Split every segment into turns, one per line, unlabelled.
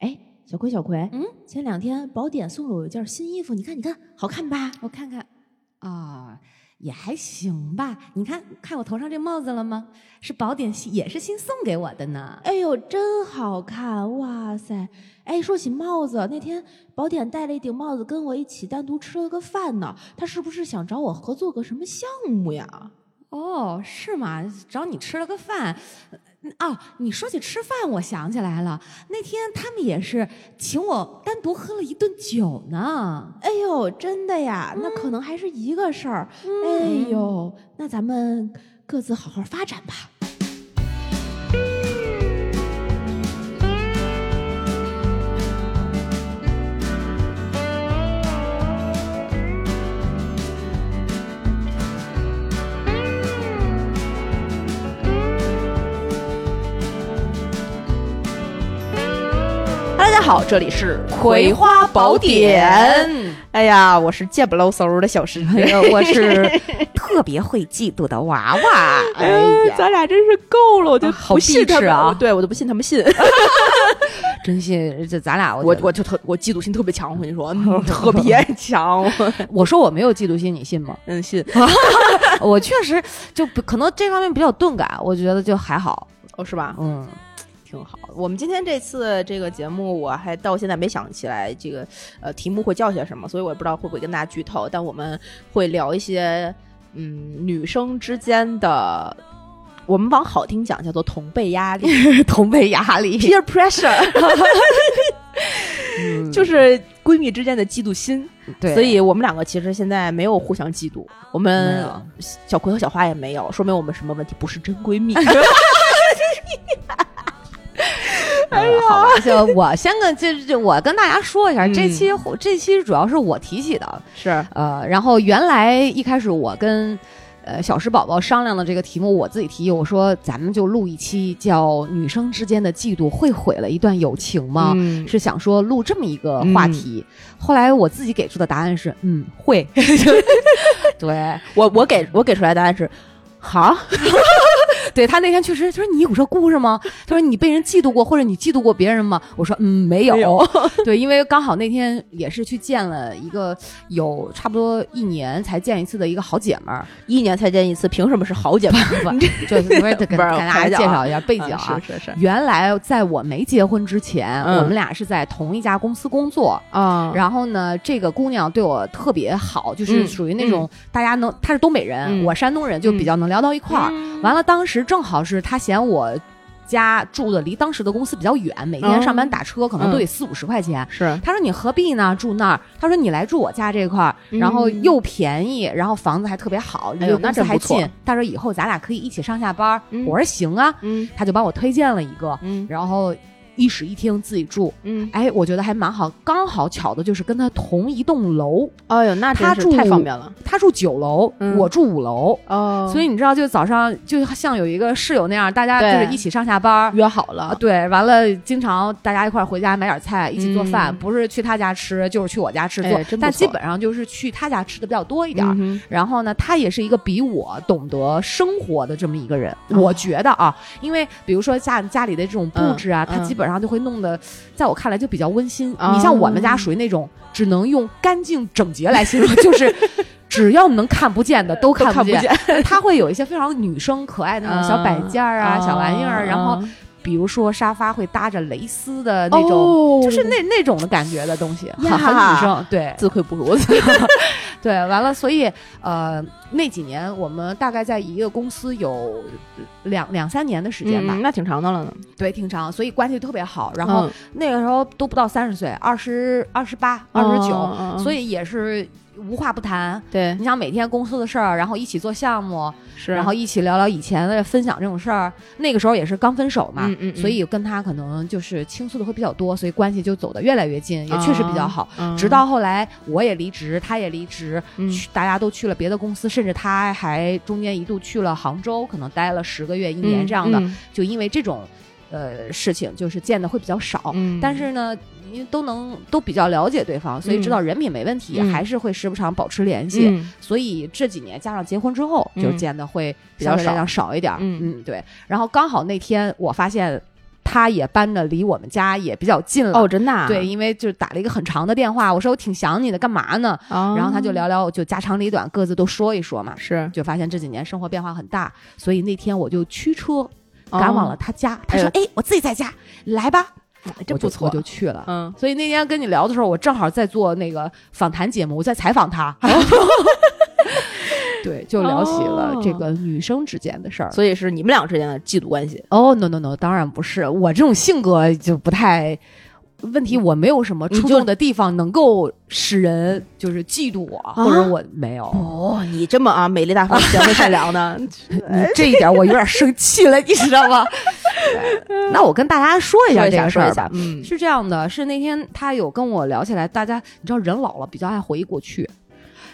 哎小葵，小葵，
嗯，
前两天宝典送了我一件新衣服，你看，你看，好看吧？
我看看，啊、也还行吧。你看，看我头上这帽子了吗？是宝典新也是新送给我的呢。
哎呦，真好看！哇塞，哎，说起帽子，那天宝典戴了一顶帽子，跟我一起单独吃了个饭呢。他是不是想找我合作个什么项目呀？
哦，是吗？找你吃了个饭。哦，你说起吃饭，我想起来了，那天他们也是请我单独喝了一顿酒呢。
哎呦，真的呀，那可能还是一个事儿。哎呦，那咱们各自好好发展吧。
大家好，这里是《
葵
花宝
点》。
哎呀，我是贱不喽嗖的小师
哎
姐。
呦， 我是特别会嫉妒的娃娃。 哎呀，
咱俩真是够了，我就
啊好
不信
地
他们，
址啊
我对我就不信他们 信。
真是这咱俩
我
我
我就特我嫉妒心特别强，我跟你 说，嗯特别强。
我说我没有嫉妒心，你信吗？
嗯，信。
我确实就不可能这方面比较钝感，我觉得就还好。
哦，是吧？
嗯，
挺好。我们今天这次这个节目，我还到现在没想起来这个呃题目会叫些什么，所以我也不知道会不会跟大家剧透。但我们会聊一些嗯女生之间的，我们往好听讲叫做同辈压力
同辈压力
（peer pressure），
就
就是闺蜜之间的嫉妒心。
嗯对，
所以我们两个其实现在没有互相嫉妒，我
没
们
有
小葵和小花也没有，说明我们什么问题？不是真闺蜜。
哎呀，好吧就我先跟这这我跟大家说一下，
嗯
这期这期主要 是我提起的，
是，
呃，然后原来一开始我跟呃小石宝宝商量的这个题目，我自己提议，我说咱们就录一期叫《女生之间的嫉妒会毁了一段友情吗》
嗯
是想说录这么一个话题，后来我自己给出的答案是，嗯， 会，对，
我我给我给出来答案是，好，
对他那天确实，他说你有这故事吗？他说你被人嫉妒过，或者你嫉妒过别人吗？我说嗯，没有。
没有
对，因为刚好那天也是去见了一个有差不多一年才见一次的一个好姐们儿，
一年才见一次，凭什么是 好姐妹？
就是不是得跟给
不是
大家
开 玩笑
介绍一下背景
嗯
啊。
是是是
原来在我没结婚之前，
嗯
我们俩是在同一家公司工作。
啊
然后呢，这个姑娘对我特别好，就是
嗯
属于那种大家能，她是东北人，
嗯
我山东人，就比较能聊到一块儿。完了，当时正好是她嫌我家住的离当时的公司比较远，每天
哦
上班打车可能都
嗯
得四五十块钱。
是，
她说你何必呢？住那儿？她说你来住我家这块儿，
嗯
然后又便宜，然后房子还特别好，离
哎呦
公
那
司
真
还
不错
近。她说以后咱俩可以一起上下班儿。
嗯
我说行啊，
嗯
她就帮我推荐了一个，
嗯
然后一室一厅自己住。
嗯，
哎，我觉得还蛮好，刚好巧的就是跟她同一栋楼，
哎呦，那
他
真
住
是太方便了
她住九楼，
嗯
我住五楼。
哦
所以你知道，就早上就像有一个室友那样，大家
对嗯
就是一起上下班儿，
约好
啊，
了，
对，完了，经常大家一块儿回家买点菜，一起做饭，
嗯
不是去他家吃，就是去我家吃
哎
做，
真不
但基
错
本上就是去他家吃的比较多一点儿。
嗯
然后呢，他也是一个比我懂得生活的这么一个人，我觉得啊，因为比如说家家里的这种布置啊，
哦嗯
他基本上就会弄得，在我看来就比较温馨。
哦
你像我们家属于那种只能用干净整洁来形 容，就是只要能看不见的都
哼，
看
看
不
不
见。
见
他会有一些非常女生可爱的那种小摆件儿
哦
啊、小玩意儿，然后比如说沙发会搭着蕾丝的那种，
种
就是那那种的感觉的东西，很
哦呀
很女生。对
自愧不如，
对，完了，所以呃，那几年我们大概在一个公司有两两三年的时间吧，
嗯那嗯挺长的了呢。
对，挺长，所以关系特别好。然
然
后
后
那个时候都不到三十岁，二十二十八、二
二
十九，
十九，
所
所以
以也是无话不谈。
对
你想每天公司的事儿，然后一起做项目，
是啊
然
然
后
后
一起聊聊以前的分享这种事儿。那个时候也是刚分手嘛，
嗯嗯嗯
所以跟他可能就是倾诉的会比较多，所以关系就走得越来越近，也
也
确
确
实
实
比
比
较
较
好
好。，
直
直
到
到
后来我也离职，他也离职，
嗯
去大家都去了别的公司，甚至他还中间一度去了杭州，可能待了十个月、一
一
年
年
这
这
样
样
的。
的，
就因为这种呃事情，就是见的会比较少。
嗯
但
但是
是呢，因为都能都比较了解对方，所以知道人品没问题，
嗯
还是会时不常保持联系。
姐
所以这几年加上结婚之后，
嗯
就是见的会
比较
相对来
少
讲少一点儿。
嗯
对。然后刚好那天我发现他也搬着离我们家也比较近了。
哦，真的、啊？
对，因为就是打了一个很长的电话，我说我挺想你的，干嘛呢？
哦，
然后他就聊聊，就家长里短，各自都说一说嘛。
是
就发现这几年生活变化很大，所以那天我就驱车
哦
赶往了他家。他说：“哎，我自己在家，来吧。”
哎这
我
不
就
错
我，就去了。
嗯，
所以那天跟你聊的时候，我正好在做那个访谈节目，我在采访他。
哦
对，就聊起了
哦
这个女生之间的事儿。
所以是你们俩之间的嫉妒关系。
哦、n o no no，当然不是，我这种性格就不太。问题我没有什么
你
出
就
众的地方，能够使人就是嫉妒我，或者我没有。
哦，你这么啊，美丽大 方、贤惠善良的，
你这一点我有点生气了，你知道吗？对 那我跟大家说
哎
一下这个事
说
儿
一下
吧。
嗯，
是这样的，是那天他有跟我聊起来，大家你知道人老了比较爱回忆过去，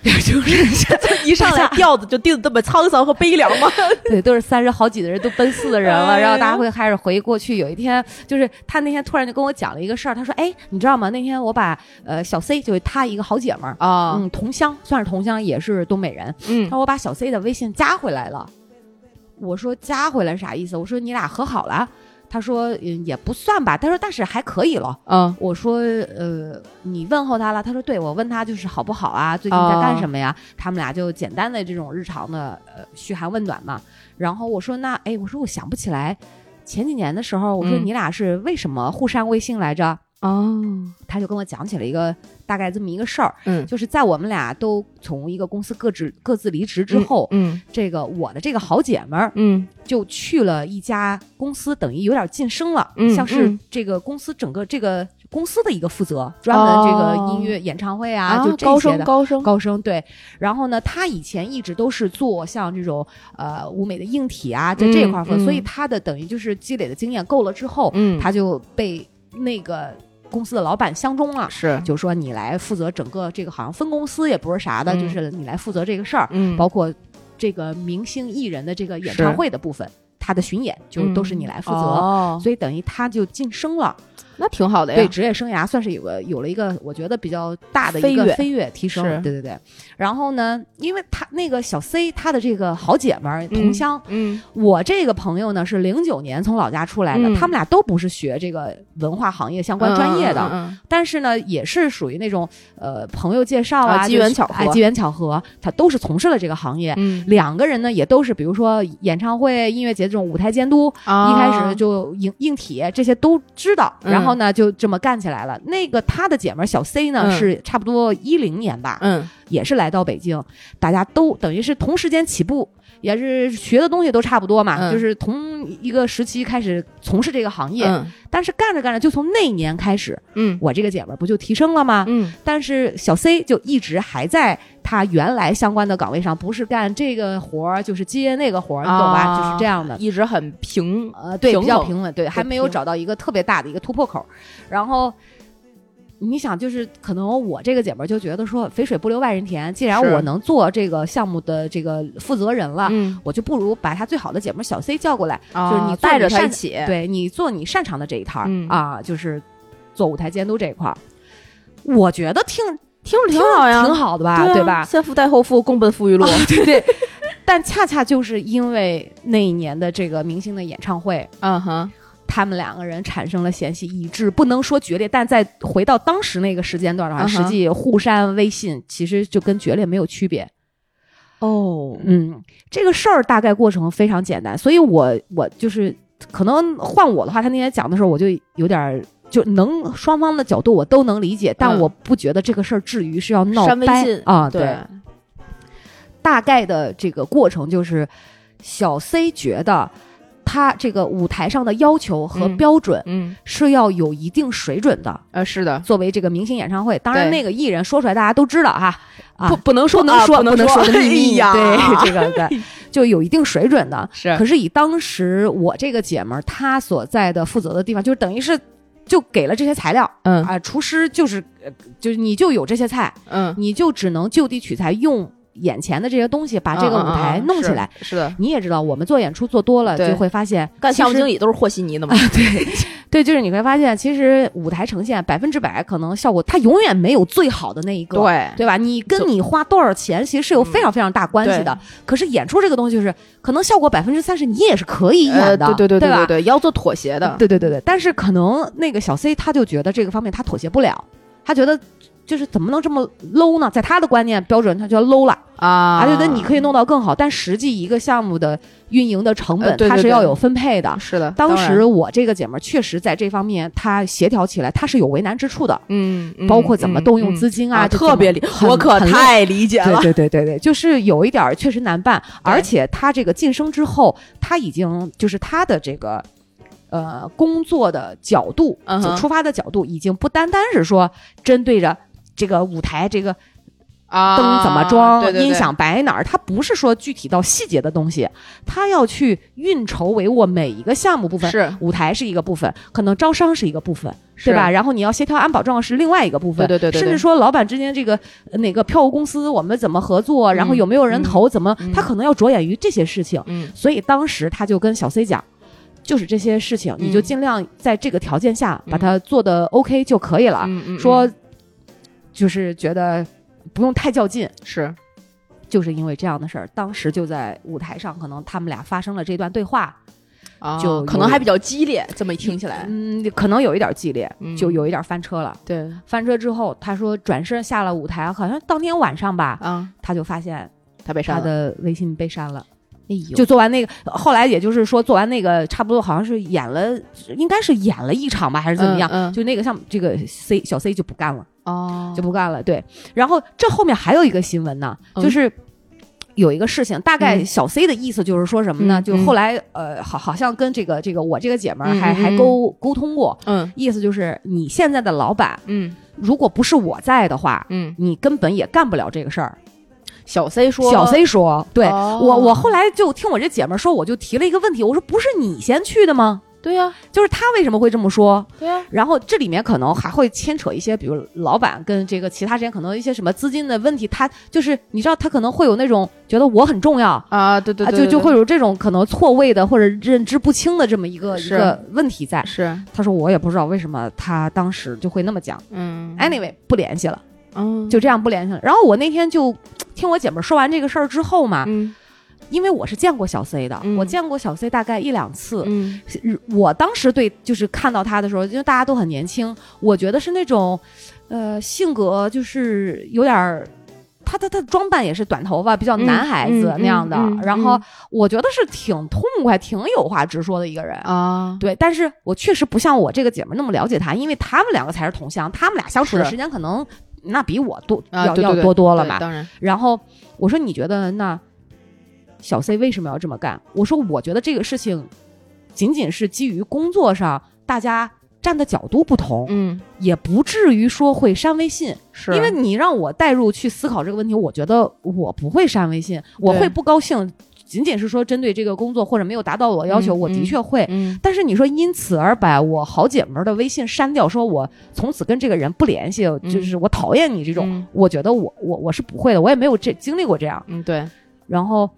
就是
一上来
大
调子就定的这么沧桑和悲凉 吗？
对，都是三十好几的人，都奔四的人了，
哎
然后大家会开始回忆过去。有一天，就是他那天突然就跟我讲了一个事儿，他说：“哎，你知道吗？那天我把呃小 C，就是他一个好姐们儿，
啊，
嗯，同乡，算是同乡，也是东北人。
嗯
他，说我把小 C 的微信加回来了。我说加回来啥意思？我说你俩和好了。他说嗯也不算吧。他说但是还可以了。
嗯，
我说呃你问候他了？他说对，我问他就是好不好
哦
啊，最近在干什么呀？他们俩就简单的这种日常的呃嘘寒问暖嘛。然后我说那哎我说我想不起来前几年的时候，我说
嗯
你俩是为什么互删微信来着？
哦，
他就跟我讲起了一个大概这么一个事儿，
嗯
就是在我们俩都从一个公司各自各自离职之后，
嗯
这个我的这个好姐们儿
嗯
就去了一家公司，等于有点晋升了，
嗯
像是
嗯
这个公司整个这个公司的一个负责，专门这个音乐演唱会啊，就这
哦高
些
升
的。
高升，
高升对，然后呢，他以前一直都是做像这种呃舞美的硬体啊，在这一块儿分，
嗯嗯
所以他的等于就是积累的经验够了之后，
嗯
他就被那个公司的老板相中了，
是，
就说你来负责整个这个好像分公司也不是啥的，
嗯
就是你来负责这个事儿，
嗯
包括这个明星艺人的这个演唱会的部分，他的巡演就都是你来负责。
嗯哦，
所以等于他就晋升了，
那挺好的呀。
对职业生涯算是有个有了一个，我觉得比较大的一
飞
个
跃
飞跃提升
是。
对对对。然后呢，因为他那个小 C，他的这个好姐们儿同乡，
嗯
我这个朋友呢是零九年从老家出来的，
嗯
他们俩都不是学这个文化行业相关专业的，
嗯嗯嗯嗯
但是呢，也是属于那种呃朋友介绍啊，
啊机
就是
缘巧合
哎机缘巧合，他都是从事了这个行业。
嗯，
两个人呢，也都是比如说演唱会、音乐节这种舞台监督，
啊
一开始就硬硬体这些都知道，
嗯
然后呢就这么干起来了。那个他的姐们儿小 C 呢，
嗯
是差不多一零年吧，
嗯
也是来到北京，大家都等于是同时间起步，也是学的东西都差不多嘛，
嗯
就是同一个时期开始从事这个行业，
嗯
但是干着干着就从那年开始。
嗯
我这个姐们儿不就提升了吗？
嗯
但是小 C 就一直还在她原来相关的岗位上，不是干这个活儿就是接那个活儿，你懂吧？
啊
就是这样的。
一直很平，
呃，对，
平
比较
衡
平稳，对，还没有
平
找到一个特别大的一个突破口。然后，你想，就是可能我这个姐们儿就觉得说，肥水不流外人田，既然
是
我能做这个项目的这个负责人了，
嗯，
我就不如把她最好的姐们儿小 C 叫过来，
就是
你做
带着
你
他一
擅
起，
对你做你擅长的这一摊儿、
嗯
啊，就是做舞台监督这一块儿，我觉得听
听着
挺
挺好呀，
挺好的吧，
啊
吧？啊哦
先富带后富，共奔富裕路。
对对。但恰恰就是因为那一年的这个明星的演唱会，
嗯哼，
他们两个人产生了嫌隙，以致不能说决裂，但再回到当时那个时间段的话，
嗯哼
实际互删微信，其实就跟决裂没有区别。
哦，
嗯，这个事儿大概过程非常简单，所以我我就是可能换我的话，他那天讲的时候，我就有点儿就能双方的角度我都能理解，但
嗯
我不觉得这个事儿至于是要闹
删微
掰
信
啊。
对，
大概的这个过程就是，小 C 觉得他这个舞台上的要求和
嗯
标准
嗯，
是要有一定水准的。
呃，是的，
作为这个明星演唱会，当然
对
那个艺人说出来大家都知道哈、啊，
不能
不能
啊
说、
不
能
说
的秘密，
哎呀
对这 个对，就有一定水准的。
是
可是以当时我这个姐们儿她所在的负责的地方，就是等于是就给了这些材料
嗯
啊、厨师就是呃就是你就有这些菜，
嗯，
你就只能就地取材，用眼前的这些东西把这个舞台
嗯嗯嗯
弄起
是
来。
是的，
你也知道，我们做演出做多了
对
就会发现，
干项目
其实啊
经理都是和稀泥的嘛。
对对，就是你会发现，其实舞台呈现百分之百可能效果，它永远没有最好的那一个，
对
对吧？你跟你花多少钱，其
嗯
实是有非常非常大关系的。可是演出这个东西，就是可能效果百分之三十，你也是可以演
呃，
的，
对对对
对吧
对对，要做妥协的，
对对对对，但是可能那个小 C 他就觉得这个方面他妥协不了，他觉得就是怎么能这么 low 呢？在他的观念标准，他觉得 low 了，
啊，
他觉得你可以弄到更好，但实际一个项目的运营的成本，
呃对对
它是
对
要有分配的。
是的，
当
然
时我这个姐们儿确实在这方面，她协调起来她是有为难之处的，
嗯，嗯
包括怎么动用
嗯
资金
嗯
啊，
啊，
就
特
怎么
别理，我可
很累
太理解了，
对对对对对，就是有一点儿确实难办，而且他这个晋升之后，他已经就是他的这个。呃，工作的角度，
嗯哼
就出发的角度，已经不单单是说针对着这个舞台、这个
啊，
灯怎么装、
对对对
音响摆哪儿，他不是说具体到细节的东西，他要去运筹帷幄每一个项目部分。
是
舞台是一个部分，可能招商是一个部分，
是
对吧？？然后你要协调安保状况是另外一个部分，
对对对对对
甚至说老板之间这个呃哪个票务公司我们怎么合作，然后有没有人投，怎么、
嗯
他可能要着眼于这些事情。
嗯，
所以当时他就跟小 C 讲，就是这些事情，
嗯
你就尽量在这个条件下把它做的 OK 就可以了。
嗯嗯
啊说就是觉得不用太较劲，
是
就是因为这样的事儿，当时就在舞台上，可能他们俩发生了这段对话，
啊
就
可能
有
还比较激烈，这么一听起来，
嗯，可能有一点激烈，
嗯
就有一点啊翻车了。
对
翻车之后，他说转身下了舞台，好像当天晚上吧，
啊，
他就发现
他被
他
删了，
的微信被删了。
哎呦
就做完那个，后来也就是说做完那个，差不多好像是演了，应该是演了一场吧，还是怎么样？
嗯嗯
就那个项目，这个 C 小 C 就不干了，
哦
就不干了。对，然后这后面还有一个新闻呢，
嗯
就是。有一个事情，大概
嗯
小 C 的意思就是说什么呢？
嗯
就后来呃，好好像跟这个这个我这个姐们儿还、
嗯嗯
还
嗯
沟沟通过，
嗯
意思就是你现在的老板，
嗯
如果不是我在的话，
嗯，
你根本也干不了这个事儿。
小 C 说
小 C 说，对、
哦
我，我后来就听我这姐们儿说，我就提了一个问题，我说不是你先去的吗？
对呀
就是他为什么会这么说？
对啊呀，
然后这里面可能还会牵扯一些，比如老板跟这个其他之间可能一些什么资金的问题，他就是你知道他可能会有那种觉得我很重要。
啊，对对
啊，
对，
就
对
就
对
会有这种可能错位的或者认知不清的这么一个一
是
个问题在。
是
他说我也不知道为什么他当时就会那么讲。
嗯
Anyway，不联系了。
嗯
就这样不联系了。然后我那天就听我姐们儿说完这个事儿之后嘛，
嗯
因为我是见过小 C 的，
嗯
我见过小 C 大概一两次。
嗯
是我当时对就是看到他的时候，因为大家都很年轻，我觉得是那种，呃，性格就是有点儿。他他他装扮也是短头发，比较
嗯
男孩子
嗯
那样的，
嗯嗯
然后
嗯
我觉得是挺痛快、挺有话直说的一个人。
啊，
对，但是我确实不像我这个姐们儿那么了解她，因为她们两个才是同乡，她们俩相处的
是
时间可能那比我多、
啊
要
对对
要
对
多多了
对
嘛。
当然
然后我说你觉得那小 C 为什么要这么干？我说我觉得这个事情仅仅是基于工作上大家站的角度不同，
嗯
也不至于说会删微信。
是
因为你让我带入去思考这个问题，我觉得我不会删微信，我
对
会不高兴。仅仅是说针对这个工作或者没有达到我要求，
嗯
我的
嗯
确会。
嗯
但是你说因此而把我好姐们儿的微信删掉，说我从此跟这个人不联系，就是我讨厌你这种，
嗯
我觉得我我我是不会的，我也没有这经历过这样。
嗯对，
然后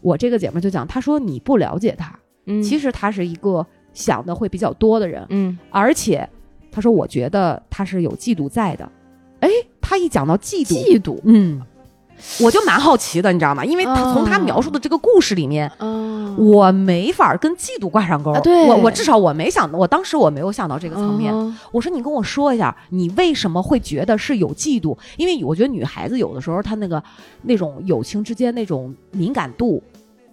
我这个姐们儿就讲，她说你不了解他，
嗯
其实他是一个想的会比较多的人，
嗯
而且她说我觉得他是有嫉妒在的。哎，她一讲到嫉妒，
嫉妒
嗯，我就蛮好奇的，你知道吗？因为她从她
哦
描述的这个故事里面，
嗯
我没法跟嫉妒挂上钩。
啊对
我我至少我没想，我当时我没有想到这个层面。
嗯
我说你跟我说一下，你为什么会觉得是有嫉妒？因为我觉得女孩子有的时候她那个那种友情之间那种敏感度。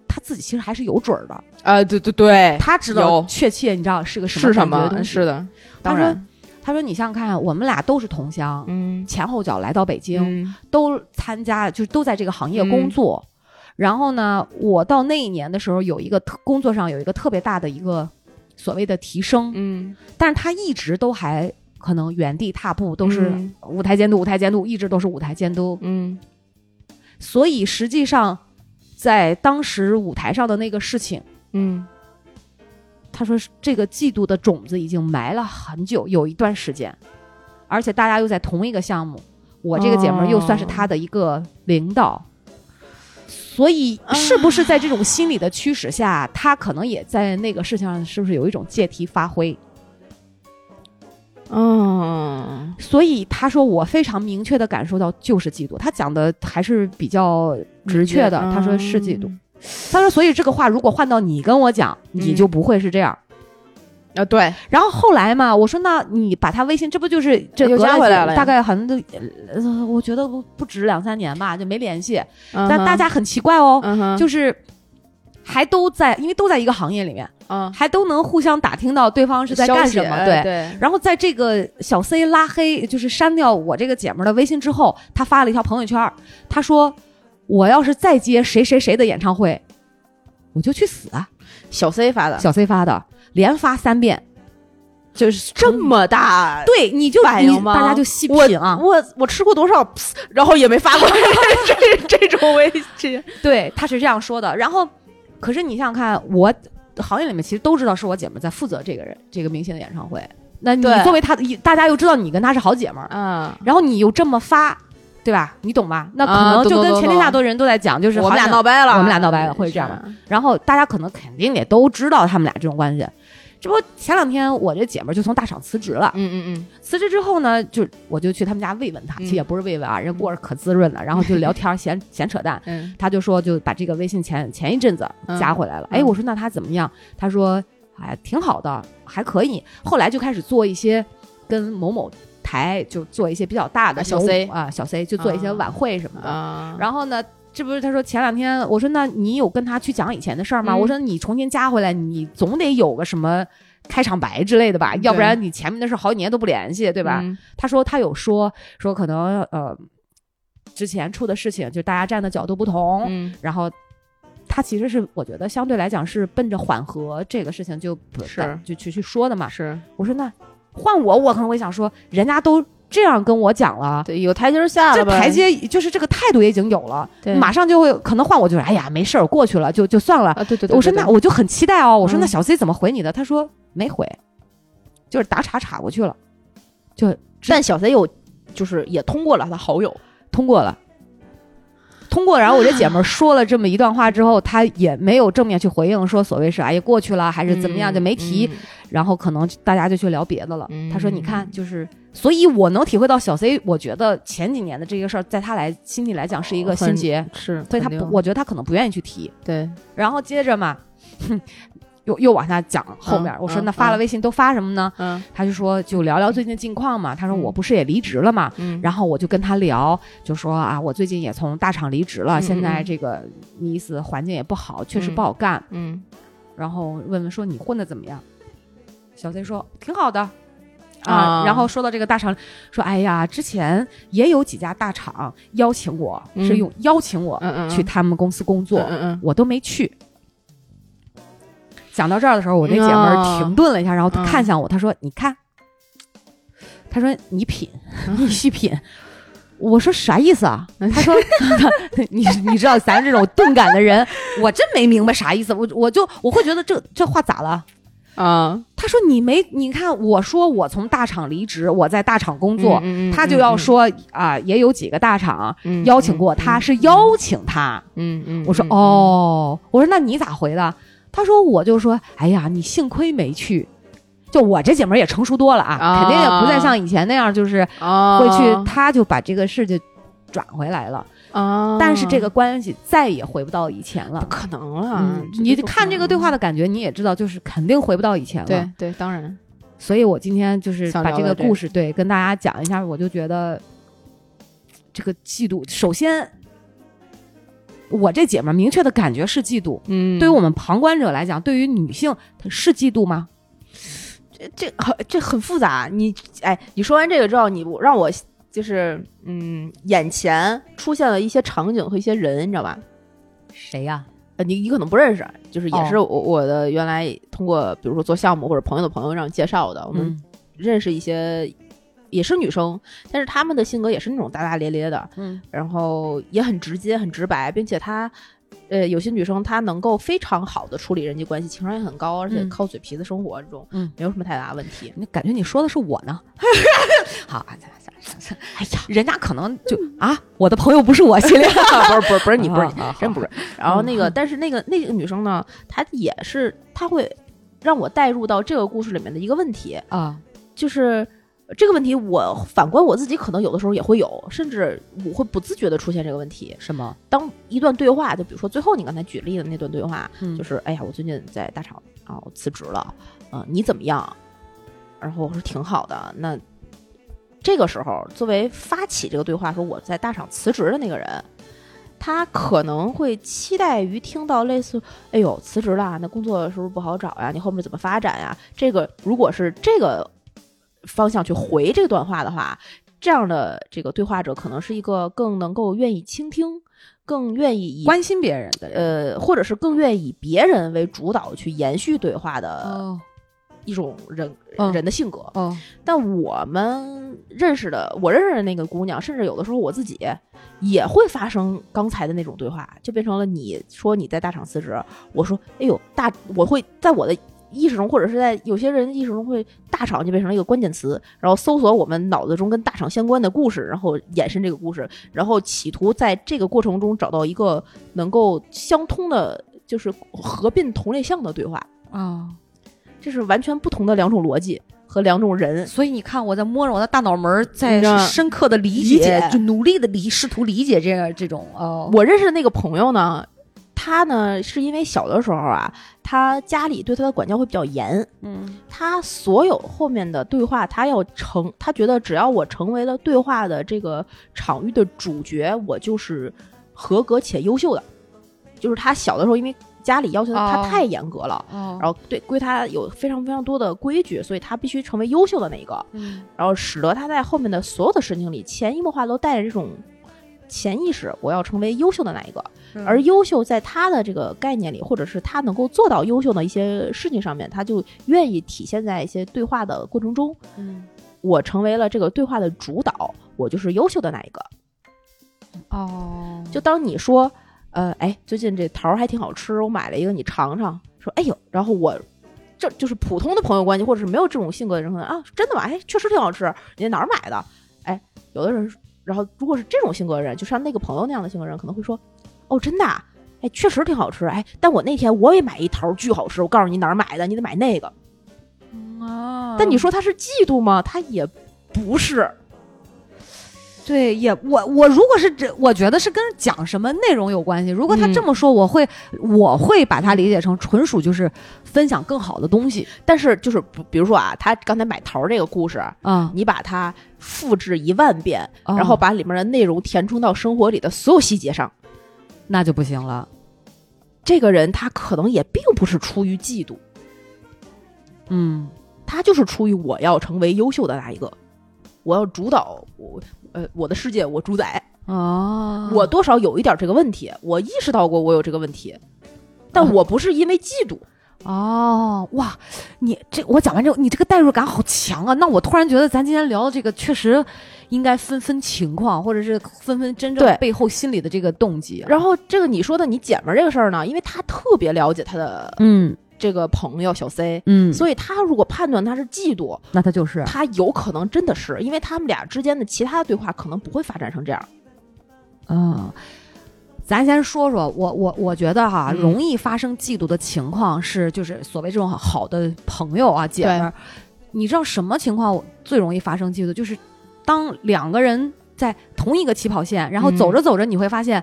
她自己其实还是有准儿的，
啊对对对，
她知道
有
确切你知道是个
是
什
什
么感觉的
么？
东西
是的，当
说
然
她说：“你想想看，我们俩都是同乡，
嗯
前后脚来到北京，
嗯
都参加，就是都在这个行业工作。然后呢，我到那一年的时候，有一个特工作上有一个特别大的一个所谓的提升，
嗯
但是他一直都还可能原地踏步，都是
嗯
舞台监督，舞台监督，一直都是舞台监督。
嗯
所以实际上，在当时舞台上的那个事情，
嗯
他说是这个嫉妒的种子已经埋了很久，有一段时间，而且大家又在同一个项目，我这个姐们儿又算是他的一个领导，所以是不是在这种心理的驱使下，他可能也在那个事情上是不是有一种借题发挥？
嗯，
所以他说我非常明确的感受到就是嫉妒，他讲的还是比较直确的，
嗯
他说是嫉妒。他说所以这个话如果换到你跟我讲，你
嗯
就不会是这样。
啊，对，
然后后来嘛，我说那你把他微信，这不就是这
又
隔
加
了
回
几
来了呀
大概好像都，呃我觉得不不止两三年吧，就没联系。但
但
大，家很奇怪哦，
嗯哼，
就是还都在，因为都在一个行业里面，
嗯，
还都能互相打听到对方是在
消
干
息
什么。
哎
对。
对，
然后在这个小 C 拉黑，就是删掉我这个姐们儿的微信之后，她发了一条朋友圈儿，她说：“我要是再接谁谁谁的演唱会，我就去死啊
小 C 发！”的，
小 C 发的，连发三遍，就是
这么大，
对，你就
反
你
应吗
大家就细
我
品啊。
我我吃过多少，然后也没 发过这这种微信，
对，他是这样说的。然后，可是你想想看，我行业里面其实都知道是我姐们儿在负责这个人这个明星的演唱会。那你
对
作为他的一，大家又知道你跟他是好姐们儿，
嗯，
然后你又这么发，对吧？你懂吧？那可
啊
能
懂
就
懂
跟
懂
全天下
懂
多人都在讲，就是
我
好
们俩
像
闹掰了，啊
我们俩闹掰了会这样吗
吗？
然后大家可能肯定也都知道他们俩这种关系。这不，前两天我这姐们儿就从大厂辞职了。
嗯嗯
辞职之后呢，就我就去他们家慰问她，其实也不是慰问啊，人过着可滋润了，然后就聊天儿闲 闲扯淡。
嗯
他就说就把这个微信前前一阵子
嗯
加回来了。
嗯
哎、我说那他怎么样？他说哎挺好的，还可以。后来就开始做一些跟某某台就做一些比较大的
啊小
那种
C
啊小 C 就做一些
啊
晚会什么
嗯
的。
啊，
然后呢，这不是他说前两天我说那你有跟他去讲以前的事儿吗？
嗯
我说你重新加回来，你总得有个什么。开场白之类的
嗯
吧，要不然你前面的事儿好几年都不联系，对
对
吧？？他说他有说说可能呃，之前出的事情就大家站的角度不同，
嗯，
然后他其实是我觉得相对来讲是奔着缓和这个事情就不
是
就去去说的嘛。
是
我说那换我，我可能会想说，人家都这样跟我讲了。
对，有台阶儿下
这
了吧？
台阶就是这个态度也已经有了，
对
马上就会可能换我就是哎呀没事儿过去了就就算了。
啊，对对对，
我说
对
那我就很期待哦，我说
嗯
那小 C 怎么回你的？他说没回，就是打岔岔过去了，
但小 C 有就是也通过了他好友，
通过了，通过。然后我这姐们儿说了这么一段话之后，她也没有正面去回应，说所谓是哎呀过去了还是怎么样，就没提。然后可能大家就去聊别的了。
嗯
她说：“你看，就是，所以我能体会到小 C，我觉得前几年的这个事儿，在她来心里来讲是一个心结，
是，
所以她
哦肯定
不，我觉得她可能不愿意去提。
对
然后接着嘛， 哼，又又往下讲后面，
嗯
我说
嗯
那发了
嗯
微信都发什么呢？
嗯
她就说就聊聊最近近况嘛。她说
嗯
我不是也离职了嘛，
嗯，
然后我就跟他聊，就说啊，我最近也从大厂离职了，
嗯
现在
嗯
这个意思环境也不好，确实
嗯
不好干。
嗯
然后问问说你混的怎么样？小 C 说挺好的。
啊
然后说到这个大厂，说哎呀，之前也有几家大厂邀请我，
嗯
是用邀请我
嗯嗯
去他们公司工作，
嗯嗯
我都没去。讲到这儿的时候，我那姐们儿
啊
停顿了一下，然后
嗯
看向我，她说：“你看。”她说：“你品，
嗯
你细品。”我说：“啥意思啊？”她说：“ 你你知道咱这种钝感的人，我真没明白啥意思。我我就我会觉得这这话咋了？”
嗯啊，
她说：“你没你看，我说我从大厂离职，我在大厂工作，
嗯嗯
她就要说啊、也有几个大厂邀请过她，，是邀请她。
嗯嗯嗯嗯嗯嗯，
我说
嗯，
哦，我说那你咋回的？他说我就说，哎呀，你幸亏没去。就我这姐们儿也成熟多了啊，
啊
肯定也不再像以前那样，就是
啊，
会去，她就把这个事就转回来了。
啊，
但是这个关系再也回不到以前了
不。可能了
嗯，，
绝
你
对不
看
可
这个
能
对话，的感觉，你也知道，就是肯定回不到以前了。
对，对，当然，
所以我今天就是
想
把
聊
这个
聊这个
故事对跟大家讲一下，我就觉得这个嫉妒，首先我这姐们儿明确的感觉是嫉妒，
嗯
对于我们旁观者来讲，对于女性她是嫉妒吗？
这很这很复杂。你哎，你说完这个之后，你我让我就是嗯，眼前出现了一些场景和一些人，你知道吧？
谁呀、
呃，你你可能不认识，就是也
哦
是我、我的原来通过比如说做项目或者朋友的朋友让介绍的，我们
嗯
认识一些也是女生，但是她们的性格也是那种大大咧咧的，
嗯
然后也很直接、很直白，并且她，呃，有些女生她能够非常好的处理人际关系，情商也很高，而且
嗯
靠嘴皮子生活这种，
嗯
没有什么太大问题。
你感觉你说的是我呢？ 好，
哎呀，
人家可能就、啊，我的朋友不是我系列，
不是不是不是你不是你，
啊
哎真不是。然后那个，但是那个那个女生呢，她也是，她会让我带入到这个故事里面的一个问题，
啊，
就是这个问题我反观我自己，可能有的时候也会有，甚至我会不自觉的出现这个问题。
什么？
当一段对话，就比如说最后你刚才举例的那段对话，
嗯
就是哎呀，我最近在大厂啊、我辞职了，呃，你怎么样？然后我说挺好的。那这个时候，作为发起这个对话说我在大厂辞职的那个人，他可能会期待于听到类似“哎呦，辞职啦，那工作是不是不好找呀？你后面怎么发展呀？”这个如果是这个方向去回这段话的话，这样的这个对话者可能是一个更能够愿意倾听，更愿意以
关心别人的人。
呃，或者是更愿意以别人为主导去延续对话的
哦
一种人、
嗯
人的性格。
哦，
但我们认识的，我认识的那个姑娘，甚至有的时候我自己也会发生刚才的那种对话，就变成了你说你在大厂辞职，我说哎呦大，我会在我的。意识中，或者是在有些人意识中会大厂就变成了一个关键词，然后搜索我们脑子中跟大厂相关的故事，然后延伸这个故事，然后企图在这个过程中找到一个能够相通的，就是合并同类项的对话，
啊！
这是完全不同的两种逻辑和两种人。
所以你看，我在摸着我的大脑门儿，在
嗯
深刻的理
理解
就努力的理，试图理解这个这种哦，
我认识的那个朋友呢，他呢是因为小的时候啊，他家里对他的管教会比较严，
嗯，
他所有后面的对话，他要成，他觉得只要我成为了对话的这个场域的主角，我就是合格且优秀的。就是他小的时候，因为家里要求他
哦
他太严格了，
哦，
然后对归他有非常非常多的规矩，所以他必须成为优秀的那一个。
嗯
然后使得他在后面的所有的事情里，潜移默化地都带着这种潜意识，我要成为优秀的那一个。
嗯
而优秀在他的这个概念里，或者是他能够做到优秀的一些事情上面，他就愿意体现在一些对话的过程中。
嗯
我成为了这个对话的主导，我就是优秀的那一个。
哦，
就当你说，呃，哎，最近这桃儿还挺好吃，我买了一个，你尝尝。说，哎呦，然后我。这就是普通的朋友关系，或者是没有这种性格的人，可能啊，真的吗？哎，确实挺好吃。你在哪儿买的？哎，有的人，然后如果是这种性格的人，就像那个朋友那样的性格的人，可能会说，哦，真的、啊，哎，确实挺好吃。哎，但我那天我也买一桃儿，巨好吃。我告诉你哪儿买的，你得买那个。
啊
但你说他是嫉妒吗？他也不是。
对，也我我如果是这，我觉得是跟讲什么内容有关系。如果他
嗯
这么说，我会我会把它理解成纯属就是分享更好的东西
但是就是比比如说啊，他刚才买桃儿这个故事，
啊。
你把它复制一万遍，
哦
然后把里面的内容填充到生活里的所有细节上。
那就不行了。
这个人他可能也并不是出于嫉妒，
嗯，
他就是出于我要成为优秀的那一个，我要主导我呃我的世界，我主宰。
哦，
我多少有一点这个问题，我意识到过我有这个问题，但我不是因为嫉妒。
哦哇，你这我讲完之后，你这个代入感好强啊！那我突然觉得咱今天聊的这个确实应该分分情况，或者是分分真
对
正背后心里的这个动机啊。
然后这个你说的你姐们儿这个事儿呢，因为他特别了解他的
嗯
这个朋友小 C，、
嗯，
所以他如果判断他是嫉妒，
那他就是
他有可能真的是，因为他们俩之间的其他的对话可能不会发展成这样。
嗯，咱先说说，我我我觉得哈、
嗯
容易发生嫉妒的情况是，就是所谓这种好的朋友啊，姐们儿，你知道什么情况最容易发生嫉妒？就是当两个人在同一个起跑线，然后
嗯
走着走着，你会发现。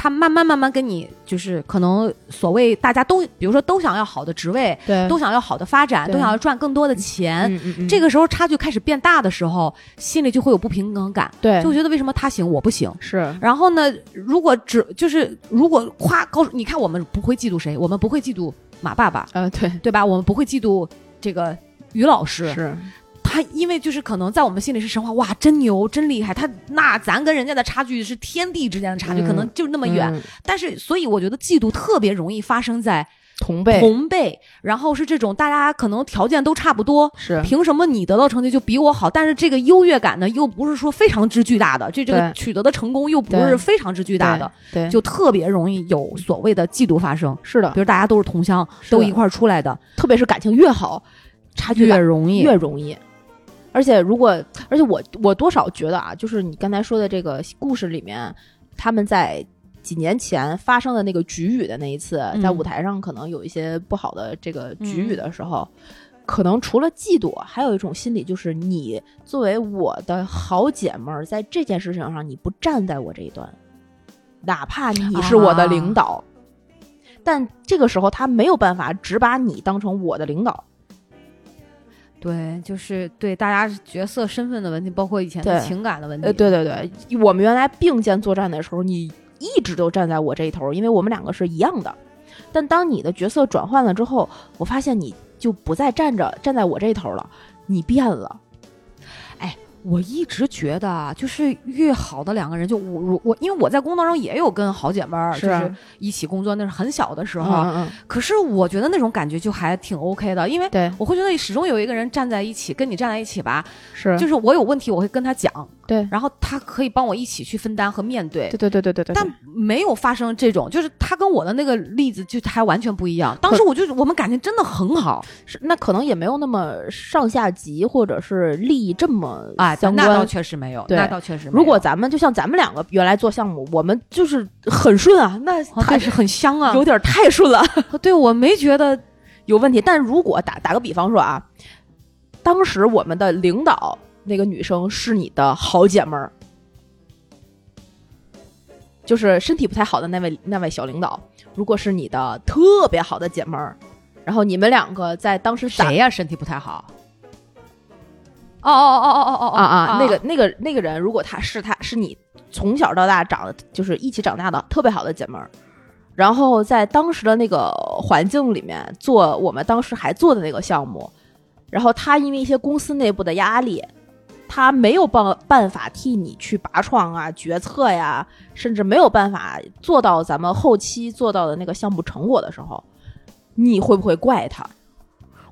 他慢慢慢慢跟你，就是可能所谓大家都，比如说都想要好的职位，
对
都想要好的发展，
对
都想要赚更多的钱。
嗯嗯
这个时候差距开始变大的时候，心里就会有不平衡感，
对
就觉得为什么他行我不行？
是
然后呢，如果只就是如果夸告诉你看，我们不会嫉妒谁，我们不会嫉妒马爸爸，
呃对
对吧？我们不会嫉妒这个于老师，
是
他因为就是可能在我们心里是神话，哇，真牛，真厉害。他那咱跟人家的差距是天地之间的差距，
嗯
可能就那么远。但是，所以我觉得嫉妒特别容易发生在
同辈
同辈，然后是这种大家可能条件都差不多。
是
凭什么你得到成绩就比我好？但是这个优越感呢，又不是说非常之巨大的，这这
对
个取得的成功又不
对
是非常之巨大的，
对
就特别容易有所谓的嫉妒发生。
是的
比，如大家都是同乡，
是
都一块儿出来的，
特别是感情越好，差距
越
大
容易
越容易。而且如果，而且我我多少觉得啊，就是你刚才说的这个故事里面，他们在几年前发生的那个局语的那一次，
嗯
在舞台上可能有一些不好的这个局语的时候，可能除了嫉妒，还有一种心理就是你作为我的好姐们儿，在这件事情上你不站在我这一端，哪怕
啊
你是我的领导，但这个时候他没有办法只把你当成我的领导。
对，就是对大家角色身份的问题，包括以前的
对
情感的问题。
呃，对对对，我们原来并肩作战的时候，你一直都站在我这一头，因为我们两个是一样的。但当你的角色转换了之后，我发现你就不再站着站在我这一头了，你变了。
我一直觉得啊，就是越好的两个人，就我如我，因为我在工作中也有跟好姐妹儿，
是嗯
就
啊
是一起工作，那是啊很小的时
然
候。
后，
可是我觉得那种感觉就还挺 OK 的，因为
对，
我会觉得始终有一个人站在一起，跟你站在一起吧，
是
就是我有问题我会跟他讲，
对
然后他可以帮我一起去分担和面对。
对对对对对对。
但没有发生这种，就是他跟我的那个例子就还完全不一样。当时我就我们感情真的很好，
是那可能也没有那么上下级或者是利益这么
哎，
相
那倒
关。
确实没有，
对
那倒确实没有。
如果咱们就像咱们两个原来做项目，我们就是很顺啊，那
哦
太
但是很香啊，
有点太顺了，
对我没觉得
有问题。但如果打打个比方说啊，当时我们的领导那个女生是你的好姐们儿，就是身体不太好的那位那位小领导，如果是你的特别好的姐们儿，然后你们两个在当时咋
谁呀、身体不太好。哦哦哦哦哦哦
啊啊，那个那个那个人，如果他是他是你从小到大长得就是一起长大的特别好的姐妹儿，然后在当时的那个环境里面做我们当时还做的那个项目，然后他因为一些公司内部的压力，他没有办办法替你去拔创啊、决策呀，甚至没有办法做到咱们后期做到的那个项目成果的时候，你会不会怪他，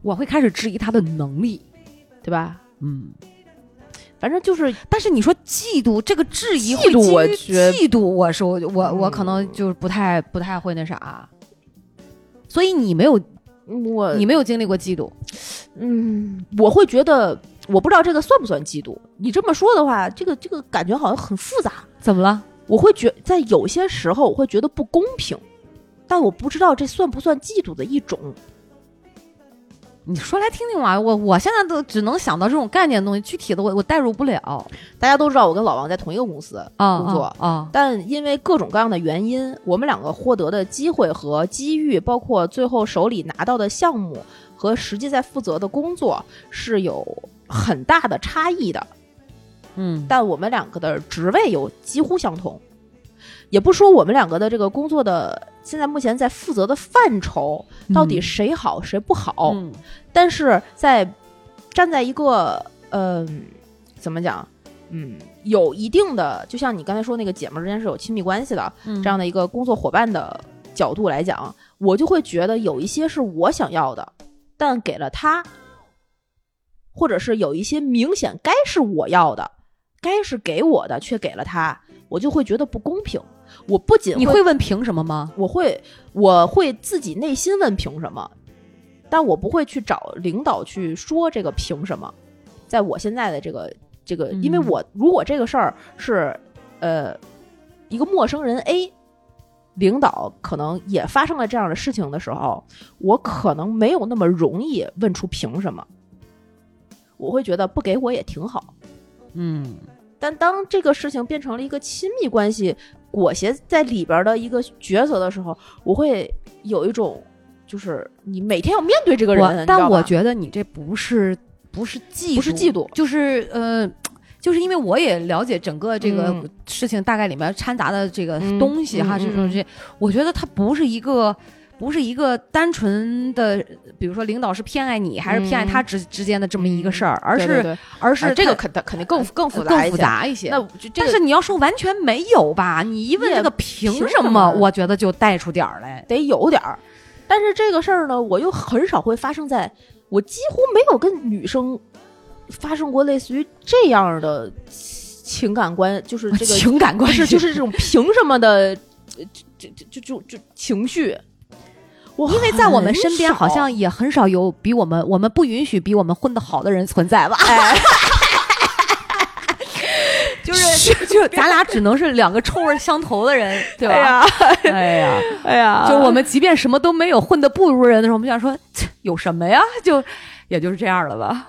我会开始质疑他的能力。
对吧？
嗯，
反正就是
但是你说嫉妒这个质疑
嫉
会
妒
基于
我觉得
嫉妒我是我我我可能就是不太不太会那啥，所以你没有
我
你没有经历过嫉妒，
嗯，我会觉得，我不知道这个算不算嫉妒。你这么说的话，这个这个感觉好像很复杂。
怎么了？
我会觉在有些时候我会觉得不公平，但我不知道这算不算嫉妒的一种。
你说来听听嘛，我我现在都只能想到这种概念的东西，具体的我我代入不了啊
大家都知道，我跟老王在同一个公司，
啊
工作
啊
但因为各种各样的原因，我们两个获得的机会和机遇，包括最后手里拿到的项目和实际在负责的工作，是有很大的差异的。
嗯，
但我们两个的职位有几乎相同，也不说我们两个的这个工作的现在目前在负责的范畴到底哦谁好谁不好，
嗯
但是在站在一个嗯、怎么讲，嗯，有一定的，就像你刚才说那个姐们儿之间是有亲密关系的
嗯
这样的一个工作伙伴的角度来讲，我就会觉得有一些是我想要的，但给了他，或者是有一些明显该是我要的，该是给我的，却给了他，我就会觉得不公平。我不仅
你会问凭什么吗？
我会我会自己内心问凭什么，但我不会去找领导去说这个凭什么。在我现在的这个这个，因为
嗯
我如果这个事儿是呃一个陌生人 A。领导可能也发生了这样的事情的时候，我可能没有那么容易问出凭什么，我会觉得不给我也挺好。
嗯，
但当这个事情变成了一个亲密关系裹挟在里边的一个角色的时候，我会有一种就是你每天要面对这个人，
我
你知道
但
吧
我觉得你这不是不是嫉妒，
不是嫉妒
就是呃。就是因为我也了解整个这个
嗯
事情大概里面掺杂的这个
嗯
东西哈，
嗯
这
嗯
种这，我觉得它不是一个不是一个单纯的，比如说领导是偏爱你还是偏爱他之之间的这么一个事儿，而
嗯对对
是
对
而
啊
是
这
它
个肯肯定更更复杂
更
一
复
些。
杂一些。
那就这
但
个
是你要说完全没有吧，你一问
也
这个凭
凭
什
什
么，
么
我觉得就带出点儿来。
得有点儿，但是这个事儿呢，我又很少会发生在我几乎没有跟女生发生过类似于这样的情感关，就是 这个
情感
不
关系
是就是这种凭什么的， 呃这这这就就就情绪。我
因为在我们
很
身边好
少
像也很少有比我们，我们不允许比我们混得好的人存在吧？
哎
就是就是，咱俩只能是两个臭味相投的人，对
哎
吧？
呀，
哎呀，
哎呀，
就我们即便什么都没有，混得不如人的时候，我们想说，切有什么呀？就也就是这样了吧。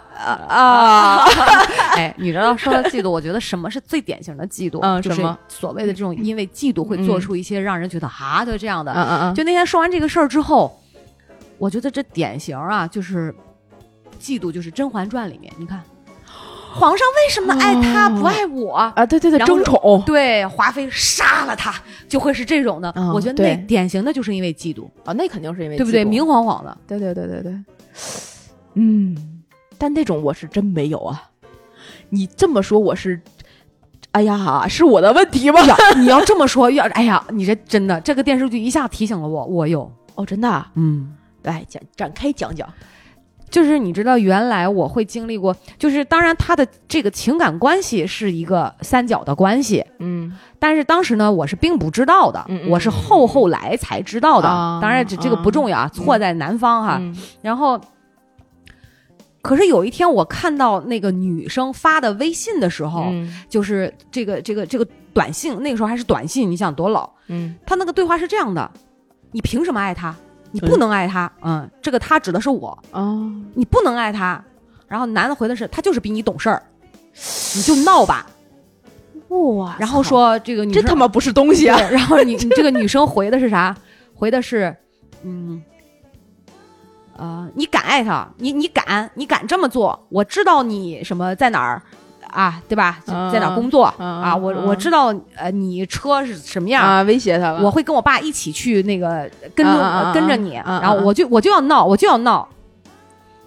啊，
哎，你知道说到嫉妒，我觉得什么是最典型的嫉妒？
嗯
就是
什么
所谓的这种因为嫉妒会做出一些让人觉得啊的这样的。
嗯嗯
就那天说完这个事儿之后，我觉得这典型啊，就是嫉妒，就是《甄嬛传》里面，你看皇上为什么爱他不爱我？
啊，对对对，
然后
争宠，
对，华妃杀了他，就会是这种的。
嗯
我觉得那
对
典型的就是因为嫉妒，
啊，那肯定是因为
对不对？
嫉妒
明晃晃的，
对对对对对，嗯，但那种我是真没有啊。你这么说我是，哎呀，是我的问题吗？
你要这么说，要哎呀，你这真的这个电视剧一下提醒了我，我有，
哦，真的啊，
嗯。
来讲展开讲讲。
就是你知道，原来我会经历过，就是当然他的这个情感关系是一个三角的关系，
嗯
但是当时呢，我是并不知道的，
嗯嗯
我是后后来才知道的。
啊
当然这这个不重要啊，错在男方哈。
嗯
然后，可是有一天我看到那个女生发的微信的时候，
嗯
就是这个这个这个短信，那个时候还是短信，你想多老？
嗯
他那个对话是这样的：你凭什么爱他？你不能爱他。嗯，这个他指的是我。
哦，
你不能爱他。然后男的回的是，他就是比你懂事儿，你就闹吧。
哇
然后说这个女
这
生
他妈不是东西
对
啊！，
然后你你这个女生回的是啥？回的是，嗯，呃，你敢爱他？你你敢？你敢这么做？我知道你什么在哪儿啊，对吧？就在哪儿工作
啊
啊？我
啊
我知道呃，你车是什么样。
啊，威胁他了。
我会跟我爸一起去那个跟着、
啊啊啊
跟着你，
啊啊啊
然后我就我就要闹，我就要闹。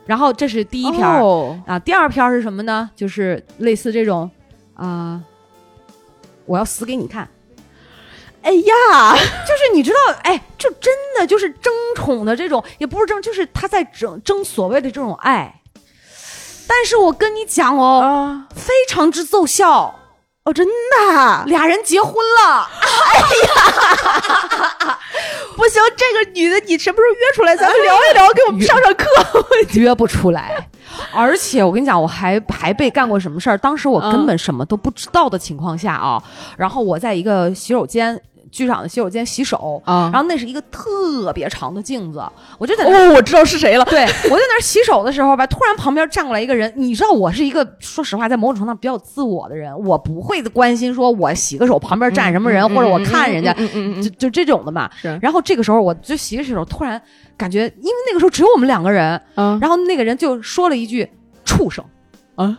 然后这是第一篇，
哦
啊，第二篇儿是什么呢？就是类似这种，啊、我要死给你看，
哎呀，
就是你知道，哎，就真的就是争宠的这种，也不是争，就是他在争争所谓的这种爱。但是我跟你讲哦，
啊，
非常之奏效，
哦，真的啊，
俩人结婚了。
不行，这个女的你什么时候约出来，咱们聊一聊，给我们上上课。
约不出来。而且我跟你讲，我还还被干过什么事儿？当时我根本什么都不知道的情况下啊，然后我在一个洗手间，剧场的洗手间洗手，
啊
然后那是一个特别长的镜子，我就在那。
哦，我知道是谁了。
对，我在那儿洗手的时候吧，突然旁边站过来一个人。你知道我是一个，说实话，在某种程度上比较自我的人，我不会关心说我洗个手旁边站什么人，或者我看人家，
嗯嗯嗯
就就这种的嘛。
是
然后这个时候我就洗着洗手，突然感觉，因为那个时候只有我们两个人，
嗯
然后那个人就说了一句“畜生”，
啊，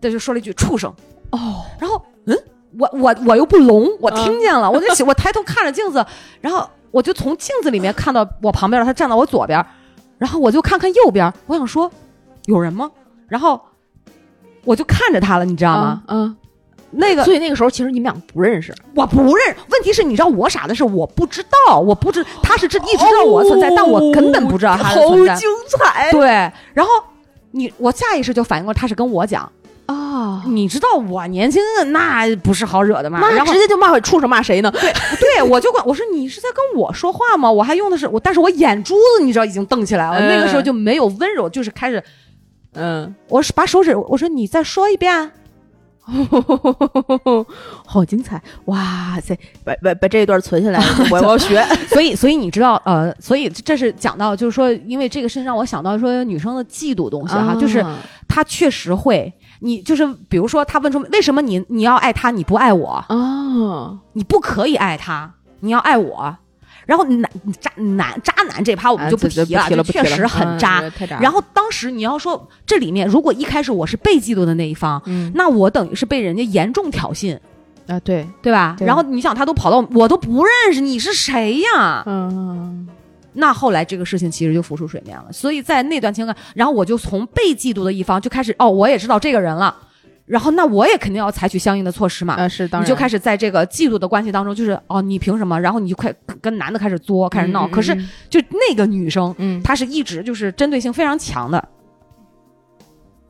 对，就说了一句“畜生”。哦，然后嗯，我我我又不聋，我
嗯
听见了，我就起我抬头看着镜子，然后我就从镜子里面看到我旁边了，他站到我左边，然后我就看看右边，我想说有人吗？然后我就看着他了，你知道吗？？
嗯，
那个
所以那个时候其实你们俩不认识，
我不认，问题是你知道我傻的是我不知道，我不知他是知一直知道我的存在，但我根本不知道他的
好
存在。
精彩
对，然后你我下意识就反应过来，他是跟我讲，
啊！
你知道我年轻那不是好惹的嘛，然
那
后
直接就骂回畜生骂谁呢？
对我就管我说你是在跟我说话吗？我还用的是我，但是我眼珠子你知道已经瞪起来了，
嗯
那个时候就没有温柔，就是开始
嗯，
我是把手指我说你再说一遍，啊
好精彩！哇塞，把把把这一段存下来，我我要 学。
所以所以你知道呃，所以这是讲到就是说，因为这个身上我想到说女生的嫉妒东西
啊
哈，就是
嗯
她确实会。你就是，比如说，她问出为什么你你要爱他，你不爱我？嗯
啊，
你不可以爱他，你要爱我。然后男渣男渣男这趴
啊
我们就不提了，
提了，
就
嗯
确实很渣。
太渣。
然后当时你要说这里面，如果一开始我是被嫉妒的那一方，
嗯
那我等于是被人家严重挑衅，
啊，对，
对吧？
对
然后你想他都跑到我都不认识你是谁呀？
嗯，
那后来这个事情其实就浮出水面了。所以在那段情感，然后我就从被嫉妒的一方就开始哦，我也知道这个人了，然后那我也肯定要采取相应的措施嘛。
啊是，
你
当然
就开始在这个嫉妒的关系当中，就是哦，你凭什么？然后你就快跟男的开始作，开始闹。可是就那个女生，
嗯
她是一直就是针对性非常强的，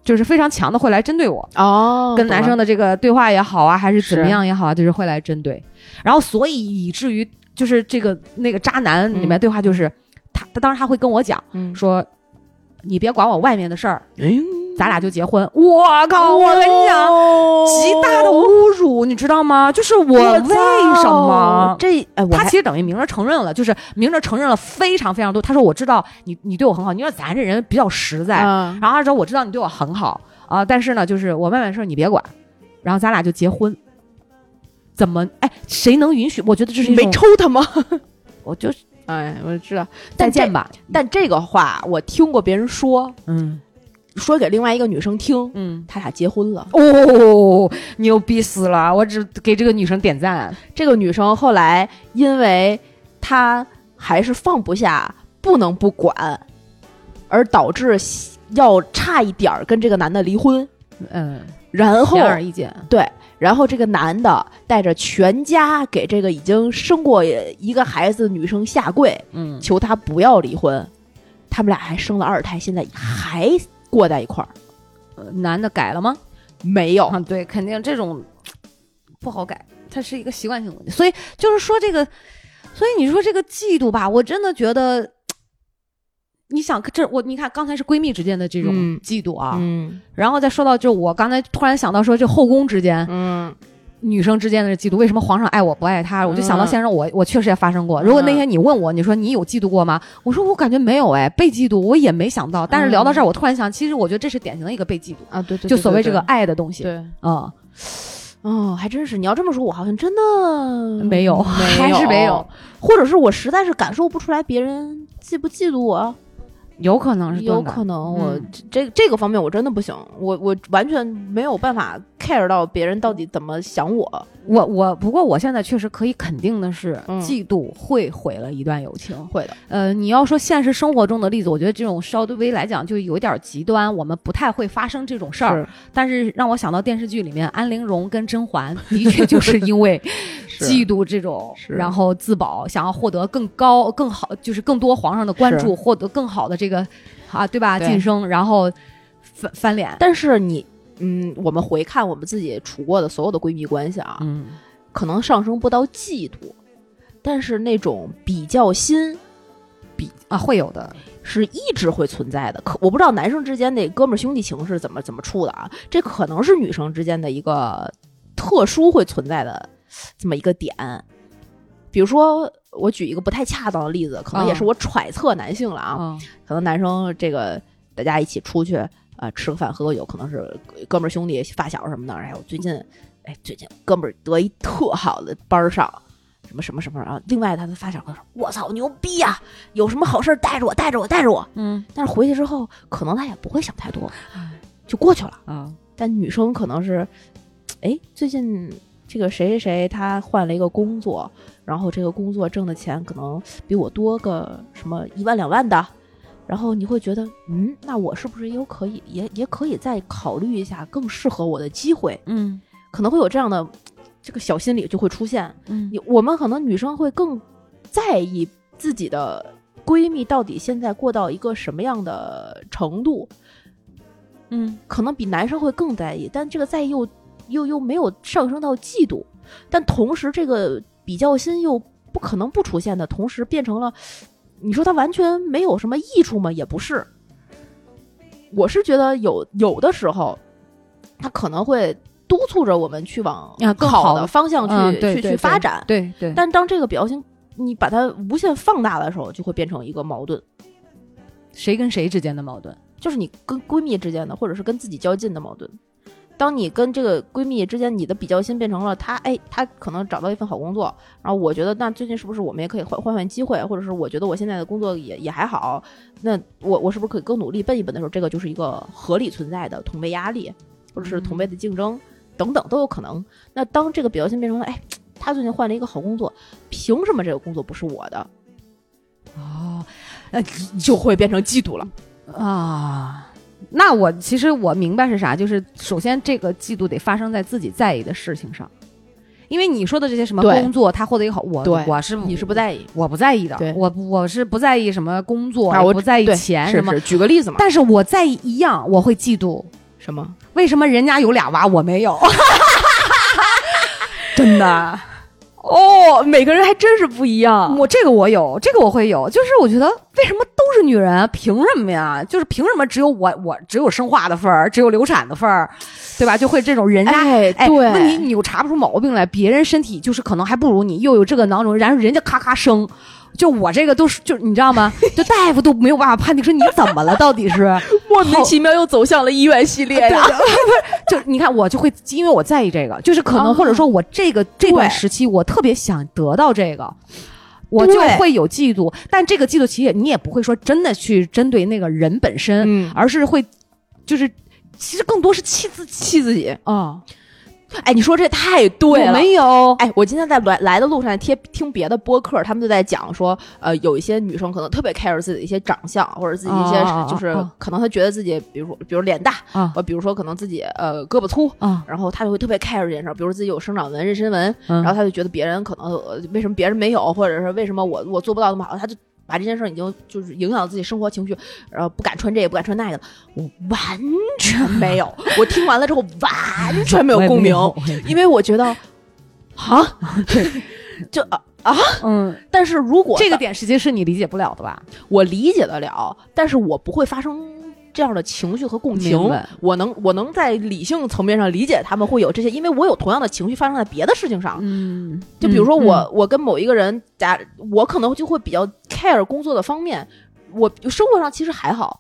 就是非常强的会来针对我，
哦，
嗯跟男生
的
的这个对话也好啊，还是怎么
是
样也好啊，就是会来针对。然后所以以至于就是这个那个渣男里面
嗯
对话就是他，他当时他会跟我讲
嗯
说，你别管我外面的事儿，
哎呦，哦
咱俩就结婚。我靠！我跟你讲，极大的侮辱，你你知道吗？就是我为什么？
这哎，我
他
还
其实等于明着承认了，就是明着承认了非常非常多。他说我知道你你对我很好，因为咱这人比较实在，
嗯
然后他说我知道你对我很好啊、但是呢，就是我外面的事儿你别管，然后咱俩就结婚。怎么？哎，谁能允许？我觉得这是一
没
种，
抽他吗？
我就是
哎，我知道，
再
但这
见吧。
但这个话我听过别人说，
嗯
说给另外一个女生听，
嗯，
他俩结婚了。
哦，牛逼死了！我只给这个女生点赞。
这个女生后来因为她还是放不下，不能不管，而导致要差一点儿跟这个男的离婚。
嗯，
然后
显，而易见。
对，然后这个男的带着全家给这个已经生过一个孩子的女生下跪，
嗯，
求她不要离婚。他们俩还生了二胎，现在还过在一块儿。
男的改了吗？
没有，
啊，对，肯定这种不好改，它是一个习惯性的问题。所以就是说这个，所以你说这个嫉妒吧，我真的觉得，你想这我你看刚才是闺蜜之间的这种
嗯
嫉妒啊，
嗯
然后再说到就我刚才突然想到说这后宫之间、
嗯，
女生之间的嫉妒，为什么皇上爱我不爱他？我就想到
嗯
先生我，我确实也发生过。如果那天你问我，你说你有嫉妒过吗？我说我感觉没有，哎，被嫉妒我也没想到。但是聊到这儿，我突然想，其实我觉得这是典型的一个被嫉妒，
啊，对嗯对
就所谓这个爱的东西，
对，
嗯。
哦，还真是。你要这么说，我好像真的
没有还是没有，
或者是我实在是感受不出来别人嫉不嫉妒我，
有可能是
有
钝感
可能我、
嗯
这这这个方面我真的不行，我我完全没有办法 care 到别人到底怎么想我。
我我不过我现在确实可以肯定的是，
嗯
嫉妒会毁了一段友情。
会的，
呃，你要说现实生活中的例子，我觉得这种稍微来讲就有点极端，我们不太会发生这种事儿。但是让我想到电视剧里面安陵容跟甄嬛，的确就是因 为嫉妒这种，
是
然后自保，想要获得更高、更好，就是更多皇上的关注，获得更好的这个啊，对吧？
对
晋升，然后翻翻脸。
但是你。嗯，我们回看我们自己处过的所有的闺蜜关系啊，
嗯，
可能上升不到嫉妒，但是那种比较心
啊，会有的。
是一直会存在的。可我不知道男生之间那哥们儿兄弟情是怎么怎么处的啊，这可能是女生之间的一个特殊会存在的这么一个点。比如说，我举一个不太恰当的例子，可能也是我揣测男性了啊，
嗯
可能男生这个大家一起出去啊、呃吃个饭喝个酒，可能是哥们儿兄弟发小什么的。哎，我最近哎最近哥们儿得一特好的班儿上。什么什么什么啊！另外，他的发小跟他说：“我操，牛逼呀、有什么好事儿带着我，带着我，带着我。”
嗯
但是回去之后，可能他也不会想太多，就过去了。
啊。
但女生可能是，哎，最近这个谁谁谁他换了一个工作，然后这个工作挣的钱可能比我多个什么一万两万的，然后你会觉得，嗯，那我是不是也有可以也也可以再考虑一下更适合我的机会？
嗯
可能会有这样的这个小心理就会出现。
嗯
你我们可能女生会更在意自己的闺蜜到底现在过到一个什么样的程度，
嗯
可能比男生会更在意，但这个在意又又又没有上升到嫉妒，但同时这个比较心又不可能不出现的，同时变成了你说它完全没有什么益处吗？也不是，我是觉得有有的时候，它可能会督促着我们去往
啊更好
好
的
的方向去、
嗯对
去
对
去发展，
对对，
但当这个表情你把它无限放大的时候，就会变成一个矛盾，
谁跟谁之间的矛盾？
就是你跟闺蜜之间的，或者是跟自己较劲的矛盾。当你跟这个闺蜜之间，你的比较心变成了她，哎，她可能找到一份好工作，然后我觉得那最近是不是我们也可以换换换机会，或者是我觉得我现在的工作也也还好，那我我是不是可以更努力奔一奔的时候，这个就是一个合理存在的同辈压力，或者是同辈的竞争、等等都有可能。那当这个比较心变成了，哎，她最近换了一个好工作，凭什么这个工作不是我的？
哦
就会变成嫉妒了。
啊。那我其实我明白是啥，就是首先这个嫉妒得发生在自己在意的事情上，因为你说的这些什么
对
工作，他获得一个好，我
对
我是
你是不在意，
我不在意的
对，
我我是不在意什么工作，
啊
也
我
不在意
对
钱
是
什么，
是。举个例子嘛，
但是我在意一样，我会嫉妒，
什么？
为什么人家有俩娃我没有？真的。
哦，每个人还真是不一样。
我这个我有，这个我会有，就是我觉得为什么都是女人，啊凭什么呀？就是凭什么只有我我只有生化的份儿，只有流产的份儿，对吧？就会这种人家
哎，
哎，
对，
那你你又查不出毛病来，别人身体就是可能还不如你，又有这个囊肿，然后人家咔咔生，就我这个都是就你知道吗？就大夫都没有办法判定说你怎么了，到底是
莫名其妙又走向了医院系列呀。
就你看我就会因为我在意这个，就是可能或者说我这个这段时期我特别想得到这个。我就
对
会有嫉妒，但这个嫉妒其实也你也不会说真的去针对那个人本身，
嗯，
而是会就是其实更多是气自己
气自己，
啊。
哎，你说这太对
有
了。
没有？
哎，我今天在来来的路上贴听别的播客，他们就在讲说，呃，有一些女生可能特别 care 自己的一些长相，或者自己一些、
哦哦哦
就是
哦
可能她觉得自己，比如说比如脸大，
啊
呃，比如说可能自己呃胳膊粗，
啊
然后她就会特别 care 这件事儿，比如说自己有生长纹、妊娠纹，
嗯
然后她就觉得别人可能、呃为什么别人没有，或者是为什么我我做不到那么好，她就。把这件事儿已经就是影响到自己生活情绪，然后不敢穿这个，不敢穿那个了。我完全没 有，我听完了之后完全没有共鸣， 因为我觉得，啊，对，就啊，
嗯，
但是如果
这个点实际是你理解不了的吧？
我理解得了，但是我不会发生这样的情绪和共情
明白。
我能，我能在理性层面上理解他们会有这些，因为我有同样的情绪发生在别的事情上。
嗯，
就比如说我，我跟某一个人，假我可能就会比较 care 工作的方面，我生活上其实还好，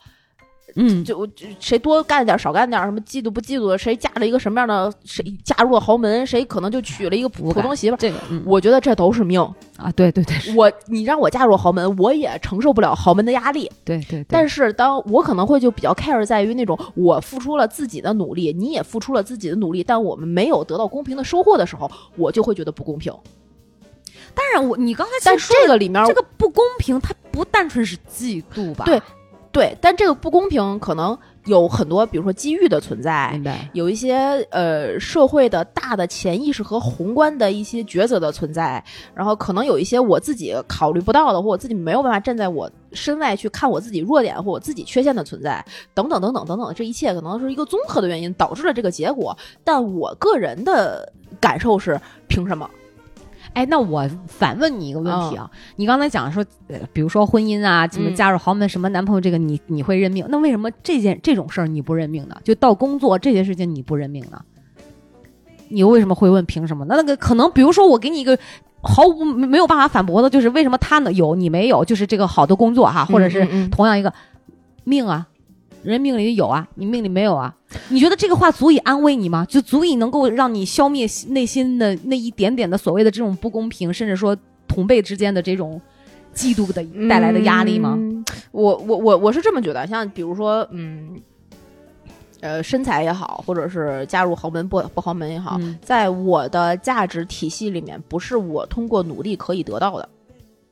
嗯，
就就谁多干点儿少干点儿，什么嫉妒不嫉妒的，谁嫁了一个什么样的，谁嫁入了豪门，谁可能就娶了一个普
无感
通媳妇儿。
这个嗯
我觉得这都是命。
啊，对对对
我你让我嫁入豪门，我也承受不了豪门的压力。
对对，
但
是
是当我可能会就比较 care 在于那种我付出了自己的努力，你也付出了自己的努力，但我们没有得到公平的收获的时候，我就会觉得不公平。
当然我你刚才
但
其实说
这个里面
的这个不公平，它不单纯是嫉妒吧？
啊对对，但这个不公平可能有很多，比如说机遇的存在
明。白。
有一些呃社会的大的潜意识和宏观的一些抉择的存在，然后可能有一些我自己考虑不到的，或我自己没有办法站在我身外去看我自己弱点或我自己缺陷的存在，等等等等等等，这一切可能是一个综合的原因导致了这个结果。但我个人的感受是，凭什么？
哎，那我反问你一个问题啊，你刚才讲说，呃比如说婚姻啊，怎么
嗯
嫁入豪门，什么男朋友这个你你会认命，那为什么这件这种事儿你不认命呢？就到工作这些事情你不认命呢？你又为什么会问凭什么？那那个可能，比如说我给你一个。毫无没没有办法反驳的，就是为什么他能有你没有？就是这个好的工作哈，或者是同样一个命啊，人命里有啊，你命里没有啊。你觉得这个话足以安慰你吗？就足以能够让你消灭内心的那一点点的所谓的这种不公平，甚至说同辈之间的这种嫉妒的带来的压力吗？
嗯我我我我是这么觉得，像比如说，嗯，呃，身材也好，或者是嫁入豪门不不豪门也好，
嗯
在我的价值体系里面，不是我通过努力可以得到的，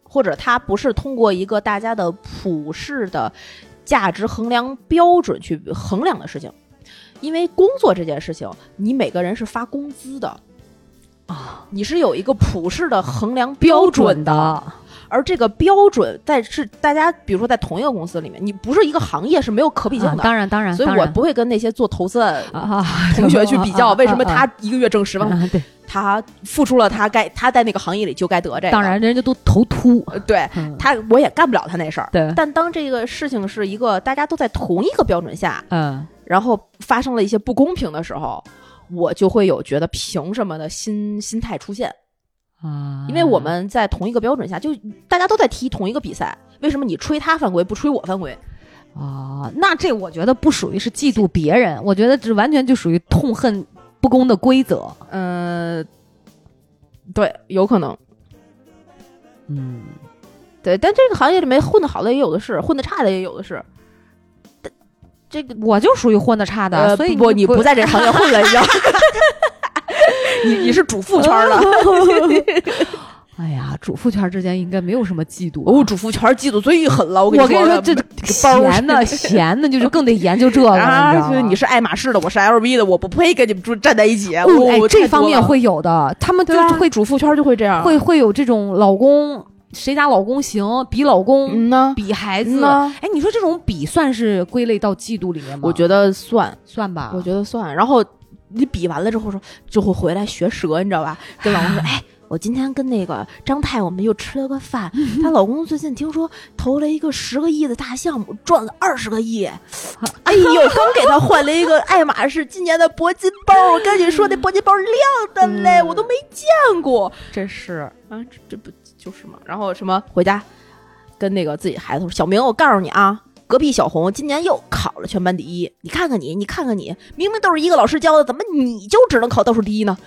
或者它不是通过一个大家的普世的价值衡量标准去衡量的事情。因为工作这件事情，你每个人是发工资的啊，你是有一个普世的衡量标准的，
的，
而这个标准在是大家，比如说在同一个公司里面，你不是一个行业是没有可比性
啊
的。
当然当然，
所以
当
我
然
不会跟那些做投 资的
啊，
同学去比 较，为什么
啊啊
他一个月挣十
啊
万，
啊对，
他付出了他该他在那个行业里就该得这个。呃
当，然人家都头秃，
对
嗯
他我也干不了他那事儿。
对，
但当这个事情是一个大家都在同一个标准下，
嗯，
然后发生了一些不公平的时候，我就会有觉得凭什么的心心态出现。
啊，
因为我们在同一个标准下，就大家都在踢同一个比赛，为什么你吹他犯规不吹我犯规？
啊，那这我觉得不属于是嫉妒别人，我觉得这完全就属于痛恨不公的规则。
呃，对，有可能。
嗯，
对，但这个行业里面混得好的也有的是，混得差的也有的是。
这个我就属于混的差的，
呃，
所以
不，你不在这行业混了，已经。 你你是主妇圈儿了，
哎呀，主妇圈之间应该没有什么嫉妒、啊
哦，主妇圈儿嫉妒最狠了。我
我
跟
跟你说，这
嗯包
闲的闲的，就是更得研究这个了，
啊，就是
你
你
知
是爱马仕的，我是 LV 的，我不配跟你们住站在一起。啊
道吗？
我、
哎
我，
这
哦太
方
多
面
了
会有的，他们就
对啊吧？
会
主妇圈儿就会这样。
会会有这种老公谁家老公行，比老公、
嗯呢，
比孩
嗯
子。
呢，
哎，你说这种比算是归类到嫉妒里面吗？
我觉得算。
算吧，
我觉得算。然后你比完了之后说，就会回来学舌，你知道吧？跟老公说，哎，
我今天跟那个张太我们又吃了个饭，她老公最近听说投了一个十个亿的大项目，赚了二十个 亿。哎呦，刚给她换了一个爱马仕今年的铂金包，我跟你说那铂金包亮的嘞，我都没见过。
嗯真是，
啊，
这不就是嘛？然后什么回家跟那个自己孩子说，小明，我告诉你啊。隔壁小红今年又考了全班第一，你看看你，你看看你，明明都是一个老师教的，怎么你就只能考倒数第一呢？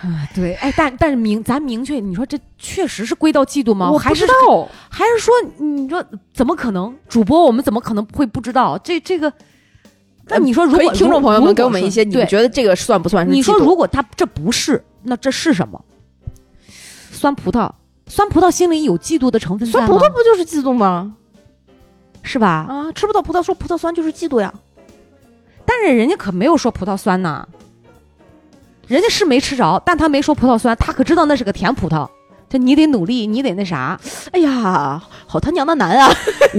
啊，对，哎，但但是明咱明确，你说这确实是归到嫉妒吗？
我
还
不
是
知道，
还是说，你说怎么可能？主播我们怎么可能会不知道这这个？那你说，如
呃可以
果
听众朋友们给我们一些，你
对
们，觉得这个算不算是嫉妒？
你说如果他这不是，那这是什么？酸葡萄，酸葡萄心里有嫉妒的成分在
酸
吗？
葡萄不就是嫉妒吗？
是吧？
啊，吃不到葡萄说葡萄酸就是嫉妒呀。
但是人家可没有说葡萄酸呐，人家是没吃着，但他没说葡萄酸，他可知道那是个甜葡萄。就你得努力，你得那啥。
哎呀，好他娘的难啊！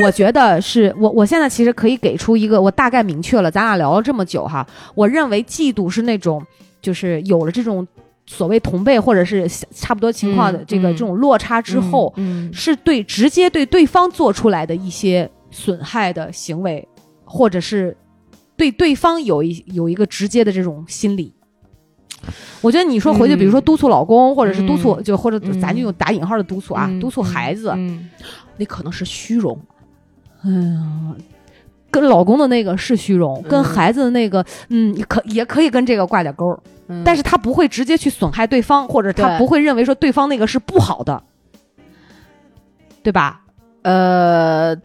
我觉得是我，我现在其实可以给出一个，我大概明确了。咱俩聊了这么久哈，我认为嫉妒是那种，就是有了这种所谓同辈或者是差不多情况的
嗯
这个、
嗯
这种落差之后，
嗯，
是对直接对对方做出来的一些损害的行为，或者是对对方有一有一个直接的这种心理。我觉得你说回去，
嗯
比如说督促老公，或者是督促，
嗯
就或者
嗯
咱就用打引号的督促啊，
嗯
督促孩子，
嗯，那可能是虚荣。
嗯，跟老公的那个是虚荣，
嗯
跟孩子的那个，嗯，也可也可以跟这个挂点钩儿，但
是
是他不会直接去损害对方，或者他
嗯对
不会认为说对方那个是不好的，对吧？
呃，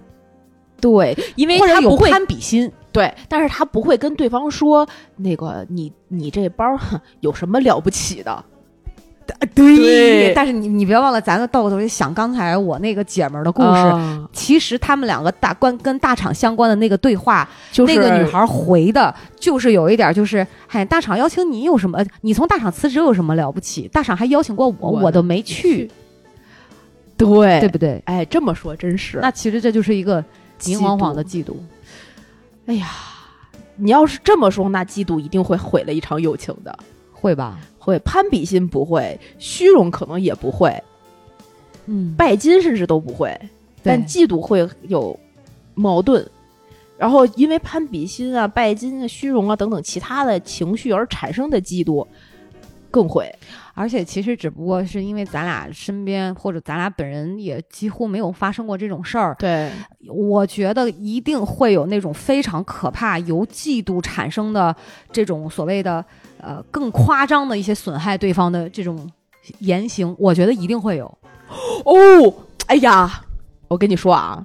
对，因为
或者
他
有
不会
攀比心，
对，但是他不会跟对方说那个你你这包哼有什么了不起的？呃对
但是你你别忘了，咱们倒过头去想刚才我那个姐们儿的故
故
事。
事
其实他们两个大关跟大厂相关的那个对话，
就是
那个女孩回的，就是有一点就是，嗨，大厂邀请你有什么？呃你从大厂辞职有什么了不起？大厂还邀请过我，
我
我都没去，
对
对不对？
哎，这么说真是。
那其实这就是一个明晃晃的
嫉
嫉
妒，
妒。
哎呀，你要是这么说，那嫉妒一定会毁了一场友情的。
会吧？
会攀比心不会，虚荣可能也不会，
嗯，
拜金甚至都不会，但
对
嫉妒会有矛盾。然后因为攀比心啊、拜金啊、虚荣啊等等其他的情绪而产生的嫉妒，更会。
而且其实只不过是因为咱俩身边或者咱俩本人也几乎没有发生过这种事儿，
对，
我觉得一定会有那种非常可怕由嫉妒产生的这种所谓的呃更夸张的一些损害对方的这种言行，我觉得一定会有。
哦，哎呀，我跟你说啊，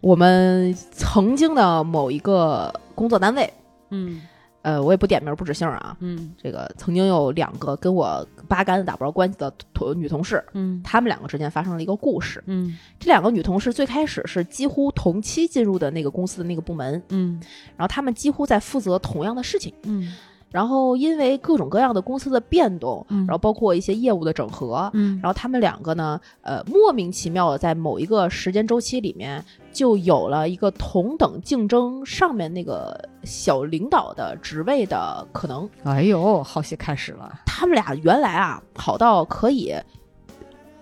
我们曾经的某一个工作单位，
嗯
呃，我也不点名不指姓啊，
嗯
这个曾经有两个跟我八竿子打不着关系的同女同事，
嗯
她们两个之间发生了一个故事。
嗯
这两个女同事最开始是几乎同期进入的那个公司的那个部门，
嗯
然后她们几乎在负责同样的事情。
嗯
然后因为各种各样的公司的变动，
嗯
然后包括一些业务的整合，
嗯
然后她们两个呢，呃，莫名其妙的在某一个时间周期里面就有了一个同等竞争上面那个小领导的职位的可能。
哎呦，好戏开始了。
他们俩原来啊，好到可以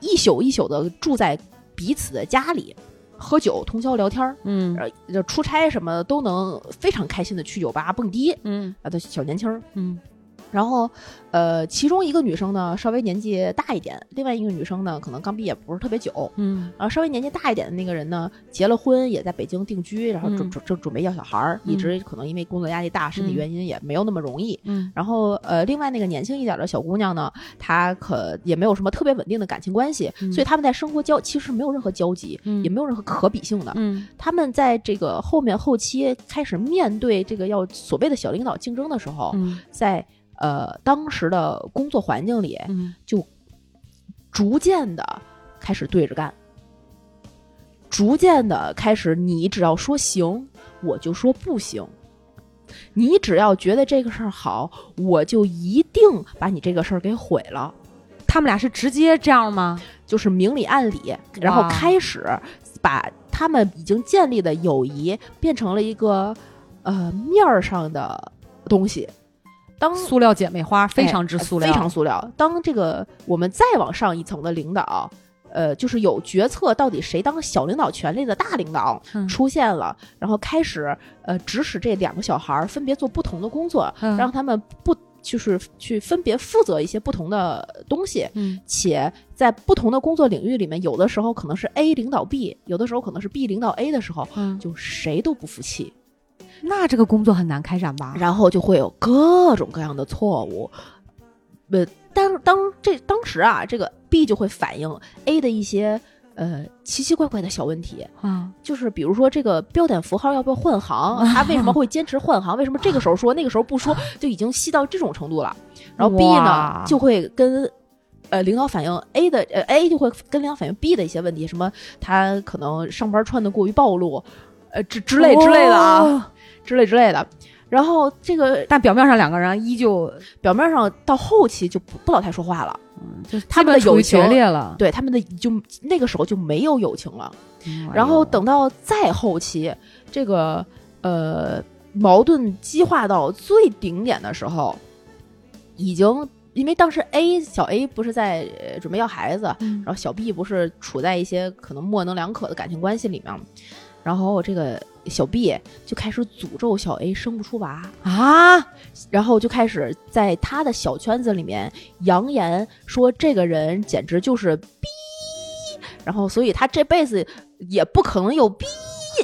一宿一宿的住在彼此的家里，喝酒、通宵聊天儿，
嗯
呃，就出差什么的都能非常开心的去酒吧蹦迪
嗯
啊，都小年轻儿。
嗯
然后，呃，其中一个女生呢稍微年纪大一点，另外一个女生呢可能刚毕业不是特别久。
嗯
然后稍微年纪大一点的那个人呢，结了婚，也在北京定居，然后
嗯
准准正准备要小孩儿，一直可能因为工作压力大，身体
嗯
原因也没有那么容易。
嗯
然后呃，另外那个年轻一点的小姑娘呢，她可也没有什么特别稳定的感情关系，
嗯
所以他们在生活交其实没有任何交集，
嗯
也没有任何可比性的。
嗯
他们在这个后面后期开始面对这个要所谓的小领导竞争的时候，
嗯
在呃当时的工作环境里，
嗯，
逐渐的开始对着干，逐渐的开始，你只要说行，我就说不行；你只要觉得这个事儿好，我就一定把你这个事儿给毁了。
他们俩是直接这样吗？
就是明里暗里，然后
哇
开始把他们已经建立的友谊变成了一个呃面儿上的东西，当
塑料姐妹花非
哎
常之塑料，
非常塑料。当这个我们再往上一层的领导，呃，就是有决策到底谁当小领导权力的大领导
嗯
出现了，然后开始呃指使这两个小孩儿分别做不同的工作，
嗯
让他们不就是去分别负责一些不同的东西，
嗯
且在不同的工作领域里面，有的时候可能是 A 领导 B，有的时候可能是 B 领导 A 的时候，
嗯，
就谁都不服气。
那这个工作很难开展吧？
然后就会有各种各样的错误。呃，当当这当时啊，这个 B 就会反映 A 的一些呃奇奇怪怪的小问题，
啊，
就是比如说这个标点符号要不要换行，他为什么会坚持换行？为什么这个时候说那个时候不说，就已经细到这种程度了。然后 B 呢
哇
就会跟。呃，领导反映 A 的，呃，A 就会跟领导反映 B 的一些问题，什么他可能上班穿的过于暴露，呃，之之类之类的啊，
哦
之类之类的。然后这个
但表面上两个人依旧
表面上到后期就不不老太说话了，
嗯就
他们的
基本处于
友情
决裂了。
对他们的就那个时候就没有友情了。
嗯
然后等到再后期，这个呃矛盾激化到最顶点的时候，已经因为当时 A 小 A 不是在、呃准备要孩子，
嗯
然后小 B 不是处在一些可能模棱两可的感情关系里面，然后这个小 B 就开始诅咒小 A 生不出娃。
啊，
然后就开始在他的小圈子里面扬言说这个人简直就是逼，然后所以他这辈子也不可能有逼，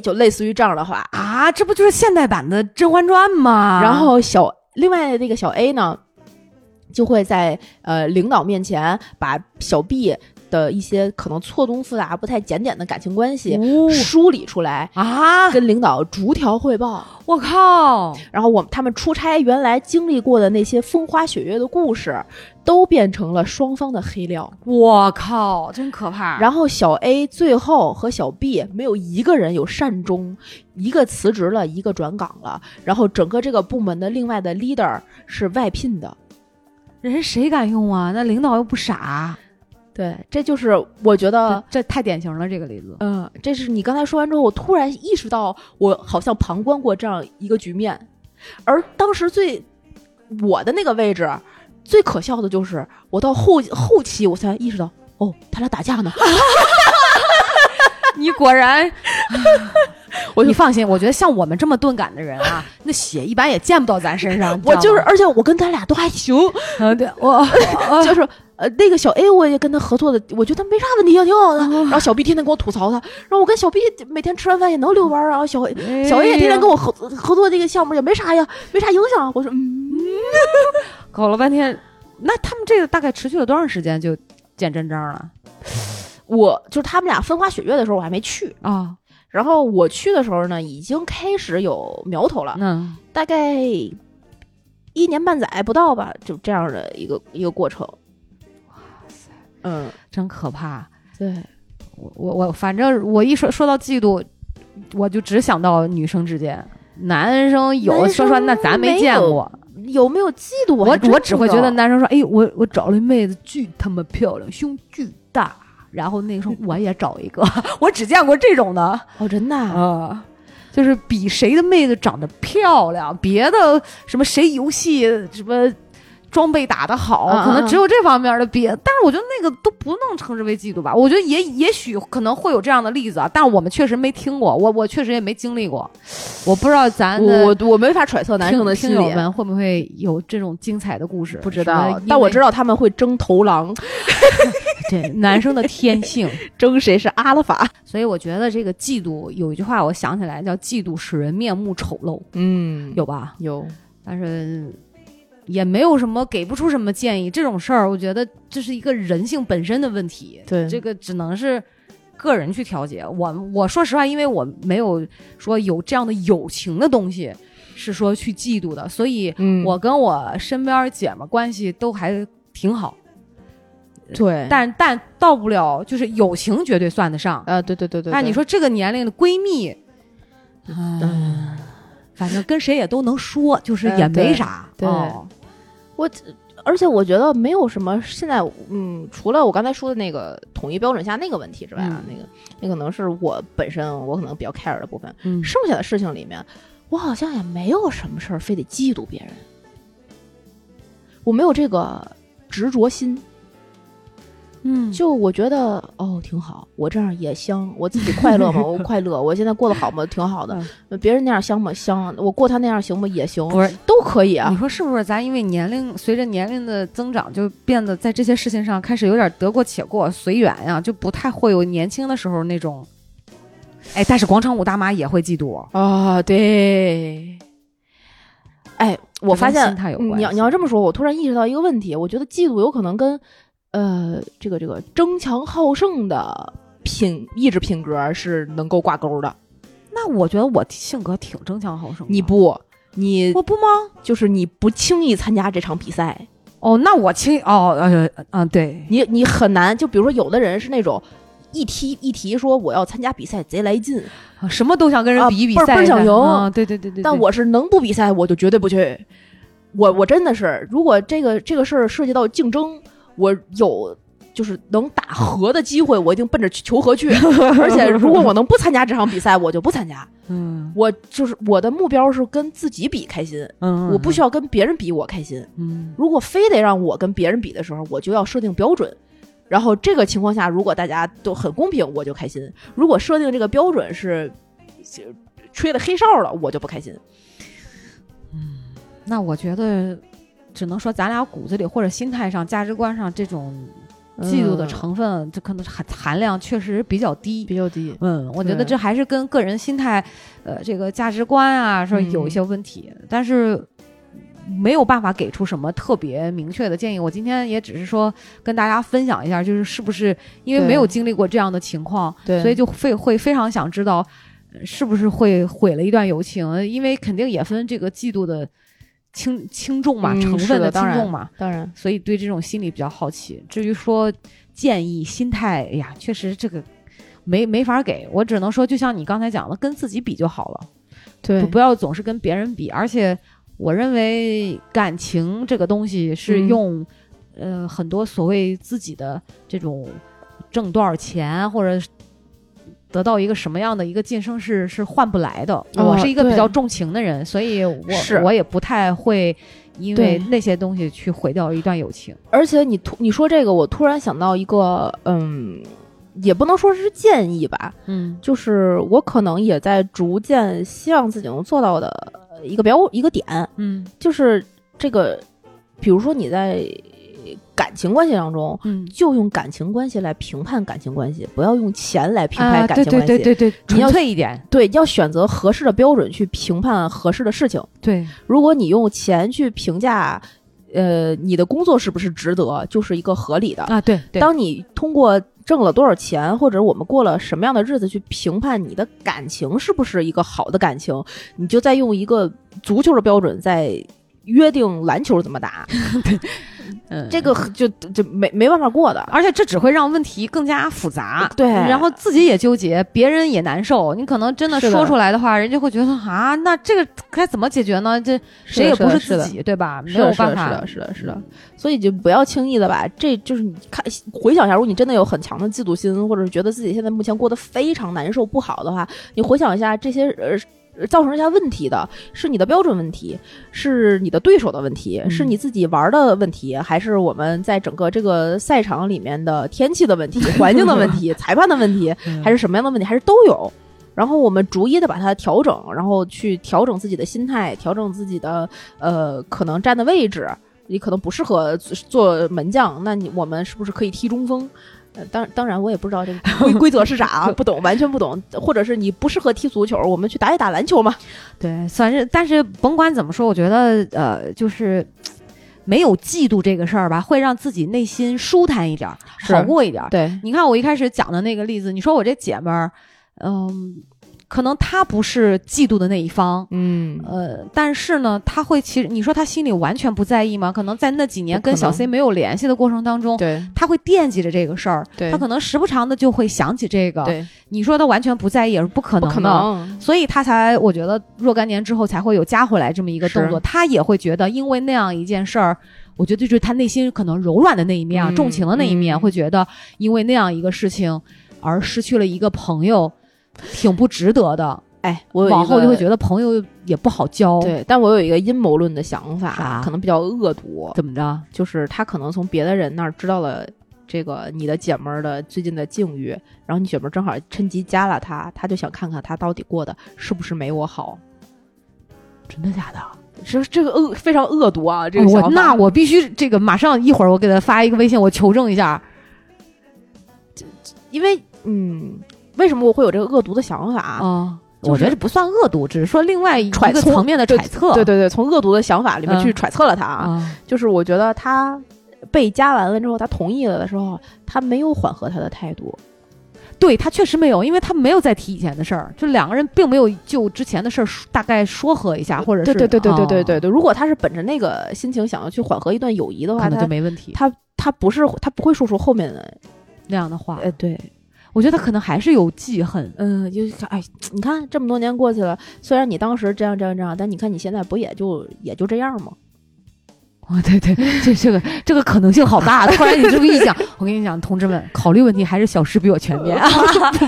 就类似于这样的话。
啊，这不就是现代版的《甄嬛传》吗？哦
然后小另外那个小 A 呢，就会在呃领导面前把小 B 的一些可能错综复杂、不太检点的感情关系
哦
梳理出来。
啊，
跟领导逐条汇报，
我靠，
然后我他们出差原来经历过的那些风花雪月的故事，都变成了双方的黑料。
我靠，真可怕。
然后小 A 最后和小 B 没有一个人有善终，一个辞职了，一个转岗了。然后整个这个部门的另外的 leader 是外聘的。
人谁敢用啊？那领导又不傻，
对，这就是我觉得，
这这太典型了，这个例子。
嗯、这是你刚才说完之后，我突然意识到，我好像旁观过这样一个局面。而当时最我的那个位置，最可笑的就是，我到后后期我才意识到，哦，他俩打架呢。
你果然，
我就
你放心，我觉得像我们这么钝感的人啊，那血一般也溅不到咱身 上。
我就是，
你
而且我跟他俩都还行，
知道吗，啊 对我 啊
就是呃，那个小 A 我也跟他合作的，我觉得他没啥问题啊，挺好的。然后小 B 天天跟我吐槽他，然后我跟小 B 每天吃完饭也能遛弯儿啊，小 A
哎
小 A 也天天跟
我
我合合作这个项目也没啥呀，没啥影响啊。我说嗯，
搞了半天。那他们这个大概持续了多长时间就见真章了
我就是他们俩风花雪月的时候我还没去，
啊？
然后我去的时候呢，已经开始有苗头了，
嗯，
大概一年半载不到吧，就这样的一个一个过程。嗯，
真可怕。
对，
我我我，反正我一说说到嫉妒，我就只想到女生之间，男生有
男
说说那咱没
没
见
有
过，
有没有嫉妒我
我
还真
我只
不
会
知
觉得
道
男生说，哎，我我找了一妹子巨他妈漂亮，胸巨大，然后那个说我也找一个， 我只见过这种的啊、
哦，真的啊、
就是比谁的妹子长得漂亮，别的什么谁游戏什么。装备打得好，
嗯
可
嗯
能
嗯
只有这方面的比，但是我觉得那个都不能称之为嫉妒吧。我觉得也也许可能会有这样的例子啊，但是我们确实没听过，我我确实也没经历过，我不知道咱的
嗯我我我没法揣测男生的心
听友
理，
们会不会有这种精彩的故事？
不知道
什么，
但我知
因为
道他们会争头狼，
对 男生的天性。
争谁是阿拉法。
所以我觉得这个嫉妒有一句话，我想起来叫“嫉妒使人面目丑陋
嗯”，
有吧？
有，
但是也没有什么给不出什么建议。这种事儿，我觉得这是一个人性本身的问题。
对
这个只能是个人去调节。我我说实话，因为我没有说有这样的友情的东西是说去嫉妒的，所以
嗯
我跟我身边姐们儿关系都还挺好，
对，
但但到不了就是友情绝对算得上。
呃，对对对对，
那你
对，
说这个年龄的闺蜜，
嗯，
反正跟谁也都能说，就是
呃
也没
对
啥。
对
哦
而且我觉得没有什么现在，嗯，除了我刚才说的那个统一标准下那个问题之外
嗯
啊，那个那可能是我本身我可能比较 care 的部分，
嗯
剩下的事情里面，我好像也没有什么事儿非得嫉妒别人。我没有这个执着心，
嗯
就我觉得哦挺好，我这样也香，我自己快乐 吗？我快乐，我现在过得好吗？挺好的。别人那样香吗？香。我过他那样行吗？也行，
嗯不是
都可以啊
你。说是不是？咱因为年龄随着年龄的增长，就变得在这些事情上开始有点得过且过、随缘呀、就不太会有年轻的时候那种。哎，但是广场舞大妈也会嫉妒我。
啊，对。哎，我发
跟
现
心态有关
你要
系
你要这么说，我突然意识到一个问题，我觉得嫉妒有可能跟呃这个这个争强好胜的品意志品格是能够挂钩的。
那我觉得我性格挺争强好胜的。
你不，你
嗯我不吗？
就是你不轻易参加这场比赛，
哦，那我亲哦呃嗯、对，
你你很难。就比如说，有的人是那种。一提一提说我要参加比赛，贼来劲。
什么都想跟人
啊
比一比
倍儿
赛
倍儿
一下，
想赢
啊对对对对。
但
对
我是能不比赛我就绝对不去。我我真的是，如果这个这个事儿涉及到竞争，我有就是能打和的机会，我一定奔着去求 和去。而且如果我能不参加这场比赛，我就不参加。
嗯
我就是我的目标是跟自己比开心，
嗯，
我不需要跟别人比我开心。
嗯
如果非得让我跟别人比的时候，我就要设定标准。然后这个情况下，如果大家都很公平，我就开心；如果设定这个标准是是吹了黑哨了，我就不开心。
那我觉得只能说咱俩骨子里或者心态上、价值观上这种嫉妒的成分，这可能含含量确实比较低。
嗯比较低。
嗯，我觉得
对
这还是跟个人心态，呃，这个价值观啊，说有
嗯
一些问题，但是没有办法给出什么特别明确的建议。我今天也只是说跟大家分享一下，就是是不是因为
对
没有经历过这样的情况，
对
所以就会会非常想知道，呃是不是会毁了一段友情？因为肯定也分这个嫉妒的轻轻重嘛，
嗯
成
是
分
的
轻
当然
重嘛。
当然，
所以对这种心理比较好奇。至于说建议、心态，哎呀，确实这个没没法给我，只能说就像你刚才讲的，跟自己比就好了，
对
不不要总是跟别人比。而且我认为感情这个东西是
嗯
用、呃很多所谓自己的这种挣多少钱或者。得到一个什么样的一个晋升是是换不来的。我是一个比
哦对
较重情的人，所以我
是
我也不太会因为
对
那些东西去毁掉一段友情。
而且你突你说这个，我突然想到一个，嗯，也不能说是建议吧，
嗯
就是我可能也在逐渐希望自己能做到的一个标一个点，
嗯
就是这个，比如说你在感情关系当中。
嗯，
就用感情关系来评判感情关系，不要用钱来评
啊
判感情关系。
对对对对对，
你要
纯粹一点，
对要选择合适的标准去评判合适的事情。
对，
如果你用钱去评价，呃，你的工作是不是值得，就是一个合理的。
啊对对，
当你通过挣了多少钱，或者我们过了什么样的日子去评判你的感情是不是一个好的感情，你就再用一个足球的标准在约定篮球怎么打，
嗯
这个就就没没办法过的。
而且这只会让问题更加复杂，
对
然后自己也纠结，别人也难受。你可能真的
是的
说出来的话，人家会觉得啊，那这个该怎么解决呢？这谁也不
是的是
自
的
己，对吧？没
是的
有
是的
办法，
是的，是的，是的，所以就不要轻易的把这就是你看回想一下，如果你真的有很强的嫉妒心，或者是觉得自己现在目前过得非常难受不好的话，你回想一下这些呃。造成这些问题的是你的标准问题，是你的对手的问题，
嗯
是你自己玩的问题，还是我们在整个这个赛场里面的天气的问题、环境的问题、裁判的问题，
嗯
还是什么样的问题，还是都有。然后我们逐一的把它调整，然后去调整自己的心态，调整自己的呃可能站的位置。你可能不适合做做门将，那你我们是不是可以踢中锋？呃，当当然，我也不知道这个规规则是啥啊，不懂，完全不懂。或者是你不适合踢足球，我们去打一打篮球嘛？
对，算是。但是甭管怎么说，我觉得呃，就是。没有嫉妒这个事儿吧，会让自己内心舒坦一点儿，
是
好过一点儿。
对，
你看我一开始讲的那个例子，你说我这姐们儿，嗯，可能她不是嫉妒的那一方，
嗯，
呃，但是呢，她会其实你说她心里完全不在意吗？可能在那几年
不可
跟小
能
C 没有联系的过程当中。
对
她会惦记着这个事儿，
对
她可能时不常的就会想起这个。
对，
你说她完全不在意也是不可
不
能啊的，
可能，
所以她才我觉得若干年之后才会有加回来这么一个动作。
是
她也会觉得，因为那样一件事儿，我觉得就是她内心可能柔软的那一面啊，
嗯
重情的那一面，
嗯
会觉得因为那样一个事情而失去了一个朋友，挺不值得的。
哎，我有一
往后
个
就会觉得朋友也不好交，
对，但我有一个阴谋论的想法，
啥
可能比较恶毒，
怎么着？
就是他可能从别的人那儿知道了。这个你的姐们儿的最近的境遇，然后你姐们儿正好趁机加了他，他就想看看他到底过得是不是没我好。
真的假的？
这这个恶非常恶毒啊！这个想
哦我
法、
那我必须这个马上一会儿我给他发一个微信，我求证一下。
因为嗯，为什么我会有这个恶毒的想法？
啊，
就是
我觉得这不算恶毒，只是说另外一
揣
个
测
层面的
对
揣测。
对对对，从恶毒的想法里面
嗯
去揣测了他啊，
啊，
就是我觉得他被加完了之后，他同意了的时候，他没有缓和他的态度，
对他确实没有，因为他没有再提以前的事儿，就两个人并没有就之前的事儿说大概说和一下，或者是
呃对对对对对对
啊
对对，哦如果他是本着那个心情想要去缓和一段友谊的话，
可能就
他
没问题。
他他不是他不会说出后面的，
那样的话，
呃，对，
我觉得他可能还是有记恨。
嗯，就是看哎，你看这么多年过去了，虽然你当时这样这样这样，但你看你现在不也就也就这样吗？
哦， 对对，这这个这个可能性好大。突然你这么一讲， 我跟你讲，同志们，考虑问题还是小石比我全面。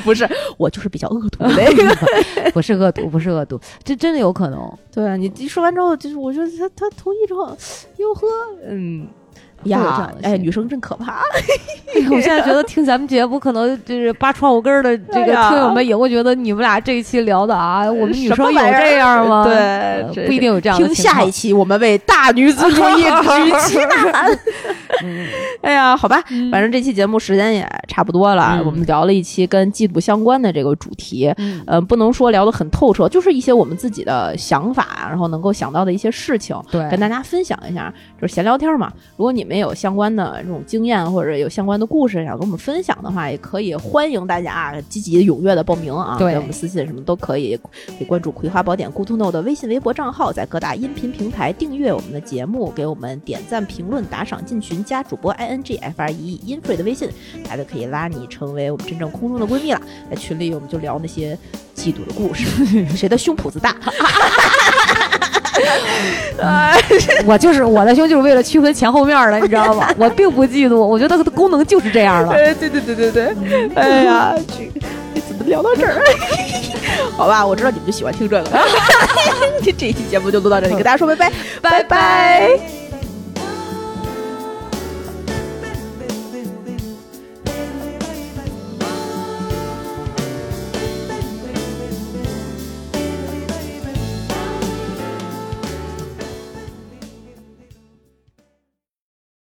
不是，我就是比较恶毒
不是恶毒，不是恶毒，这真的有可能。
对你一说完之后，就是我觉得他他同意之后，哟呵，嗯。
会有这
呀
样，的
哎，
心理
女生真可怕！
哎呦我现在觉得听咱们节目，可能就是扒窗户根儿的这
哎
个
呀呃
听友们也会觉得你们俩这一期聊的啊，我们女
什么
生有
玩意儿
这样吗？
对
呃
这
不一定有这样的
听
情况。
下一期，我们为大女子主义举旗呐喊。哎呀，好吧，
嗯，
反正这期节目时间也差不多了，
嗯
我们聊了一期跟嫉妒相关的这个主题，
嗯
呃，不能说聊得很透彻，就是一些我们自己的想法，啊然后能够想到的一些事情，跟
对，
大家分享一下，就是闲聊天嘛。如果你们有相关的这种经验或者有相关的故事想跟我们分享的话，也可以欢迎大家积极踊跃的报名啊，
对
给我们私信什么都可以，也关注《葵花宝典》g o o to Know 的微信、微博账号，在各大音频平台订阅我们的节目，给我们点赞、评论、打赏、进群、加主播 i n g f r e e infree 的微信，大家就可以拉你成为我们真正空中的闺蜜了。在群里我们就聊那些嫉妒的故事， 谁的胸脯子大？
我就是我的胸就是为了区分前后面的，你知道吗？我并不嫉妒，我觉得它的功能就是这样了。
哎，对对对对对，哎呀，这个这怎么聊到这儿？ 好吧，我知道 你们就喜欢听这个。这这一期节目就录到这里，跟大家说拜拜，拜拜。
拜拜。